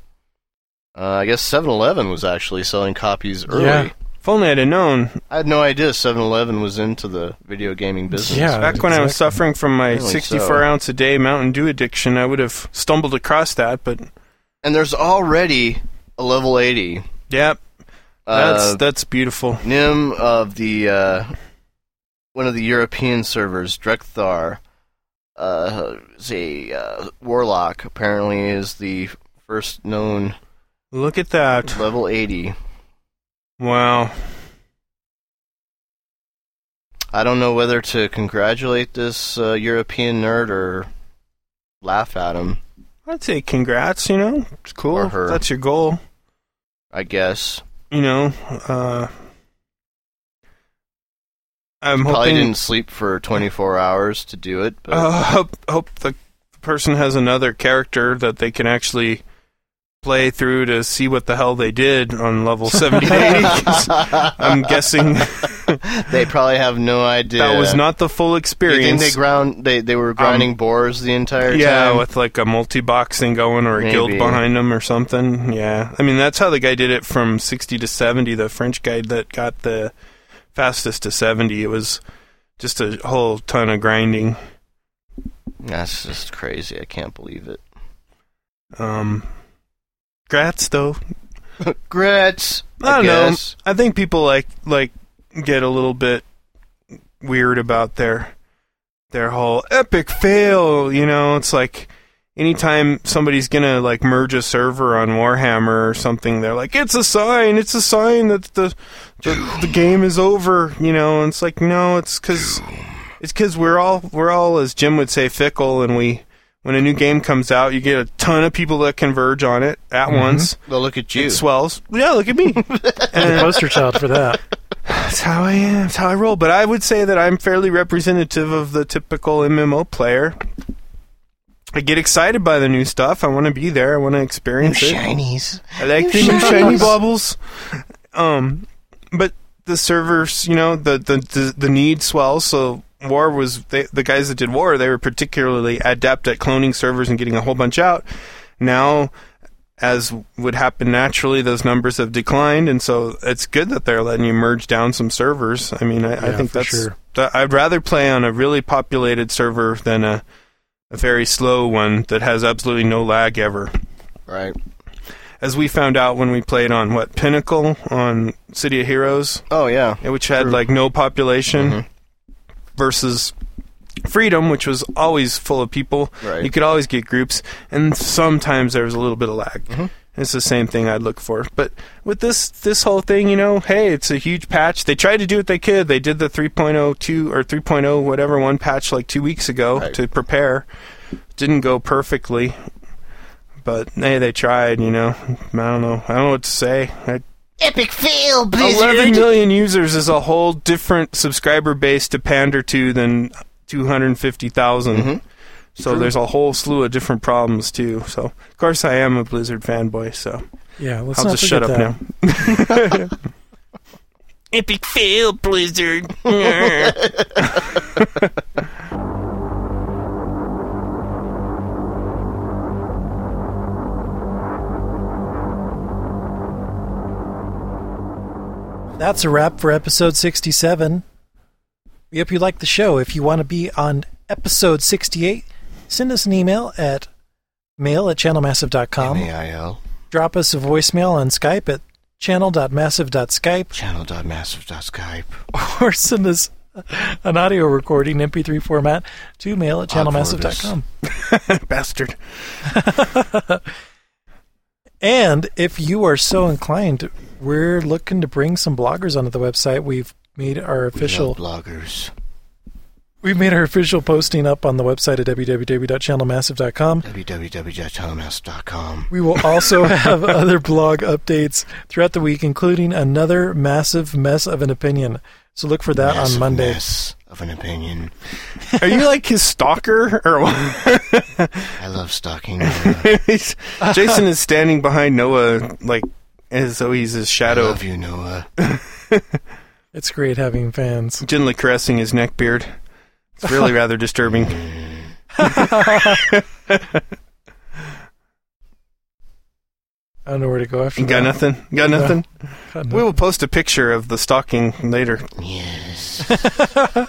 S7: Uh, I guess 7-Eleven was actually selling copies early.
S3: Yeah. If only I'd have known.
S7: I had no idea 7-Eleven was into the video gaming business.
S3: back when I was suffering from my
S7: Apparently
S3: 64
S7: so.
S3: ounce a day Mountain Dew addiction, I would have stumbled across that. But
S7: and there's already a level 80.
S3: Yep. That's
S7: Uh,
S3: that's beautiful.
S7: Nim of the uh, one of the European servers, Drekthar, uh, is a uh, warlock. Apparently, is the first known
S3: look at that
S7: level 80.
S3: Wow.
S7: I don't know whether to congratulate this uh, European nerd or laugh at him.
S3: I'd say congrats. You know, it's cool.
S7: Or her.
S3: That's your goal.
S7: I guess.
S3: You know, uh, I'm
S7: Probably
S3: hoping.
S7: didn't sleep for 24 hours to do it, but
S3: Uh, hope hope the person has another character that they can actually play through to see what the hell they did on level 70 80. 'cause I'm guessing
S7: (laughs)
S3: (laughs)
S7: they probably have no idea.
S3: that was not the full experience. Um,
S7: You think they ground they they were grinding boars the entire
S3: yeah,
S7: time?
S3: with like a multi-box thing going or a guild
S7: Maybe.
S3: behind them or something. Yeah. I mean, that's how the guy did it from 60 to 70, the French guy that got the fastest to 70. It was just a whole ton of grinding.
S7: That's just crazy. I can't believe it.
S3: Um Grats though.
S7: Grats.
S3: I, don't
S7: guess.
S3: know. I think people like like get a little bit weird about their their whole epic fail. You know, it's like anytime somebody's gonna like merge a server on Warhammer or something, they're like, "It's a sign. It's a sign that the the, the game is over." You know, and it's like, no, it's because it's because we're all we're all as Jim would say fickle, and we. When a new game comes out, you get a ton of people that converge on it at once.
S7: Well, look at you.
S3: It swells. Yeah, look at me.
S6: the poster child for
S3: (laughs)
S6: that.
S3: That's how I am. That's how I roll. But I would say that I'm fairly representative of the typical MMO player. I get excited by the new stuff. I want to be there. I want to experience it.
S12: shinies.
S3: I like the new shiny bubbles. Um, but the servers, you know, the the the, the need swells. So war was they, the guys that did war. They were particularly adept at cloning servers and getting a whole bunch out. Now, as would happen naturally, those numbers have declined, and so it's good that they're letting you merge down some servers. I mean, I, I
S6: Yeah,
S3: think
S6: for
S3: that's.
S6: sure.
S3: that- I'd rather play on a really populated server than a a very slow one that has absolutely no lag ever
S7: Right.
S3: as we found out when we played on what Pinnacle on City of Heroes,
S7: Oh yeah.
S3: which had like no population, versus Freedom, which was always full of people.
S7: Right.
S3: You could always get groups, and sometimes there was a little bit of lag. It's the same thing I'd look for. But with this this whole thing, you know, hey, it's a huge patch. They tried to do what they could. They did the 3.02 or 3.0 whatever one patch like 2 weeks ago to prepare. Didn't go perfectly, but hey, they tried, you know. I don't know. I don't know what to say. I,
S12: Epic fail, Blizzard.
S3: 11 million users is a whole different subscriber base to pander to than 250,000. So there's a whole slew of different problems too. So of course I am a Blizzard fanboy. So
S6: Yeah, let's
S3: I'll
S6: not
S3: just shut up
S6: forget
S3: now.
S6: that.
S3: (laughs) Epic fail, (laughs) Blizzard.
S6: That's a wrap for episode 67. We hope you liked the show. If you want to be on episode 68, send us an email at mail at
S3: Um,
S6: channelmassive.com.
S7: M-A-I-L.
S6: Drop us a voicemail on Skype at channel.massive.skype (laughs)
S7: Channel.massive.skype.
S6: or send us an audio recording MP3 format to mail at channelmassive.com.
S3: Bastard.
S6: (laughs) And if you are so inclined, we're looking to bring some bloggers onto the website. We've made our official
S7: bloggers.
S6: We've made our official posting up on the website at www.channelmassive.com.
S7: www.channelmassive.com.
S6: We will also have other blog updates throughout the week, including another massive mess of an opinion. So look for that
S7: Massive
S6: on Monday.
S7: mess of an opinion.
S3: Are you like his stalker or what?
S7: I love stalking. uh,
S3: He's- Jason is standing behind Noah like as though he's his shadow. (laughs) I
S7: (laughs)
S3: love
S7: you, Noah.
S6: It's great having fans.
S3: Gently caressing his neck beard. It's really rather disturbing.
S6: I don't know where to go after
S3: Got
S6: that.
S3: nothing? Got
S6: No.
S3: nothing?
S6: Got
S3: We will post a picture of the stalking later.
S7: Yes.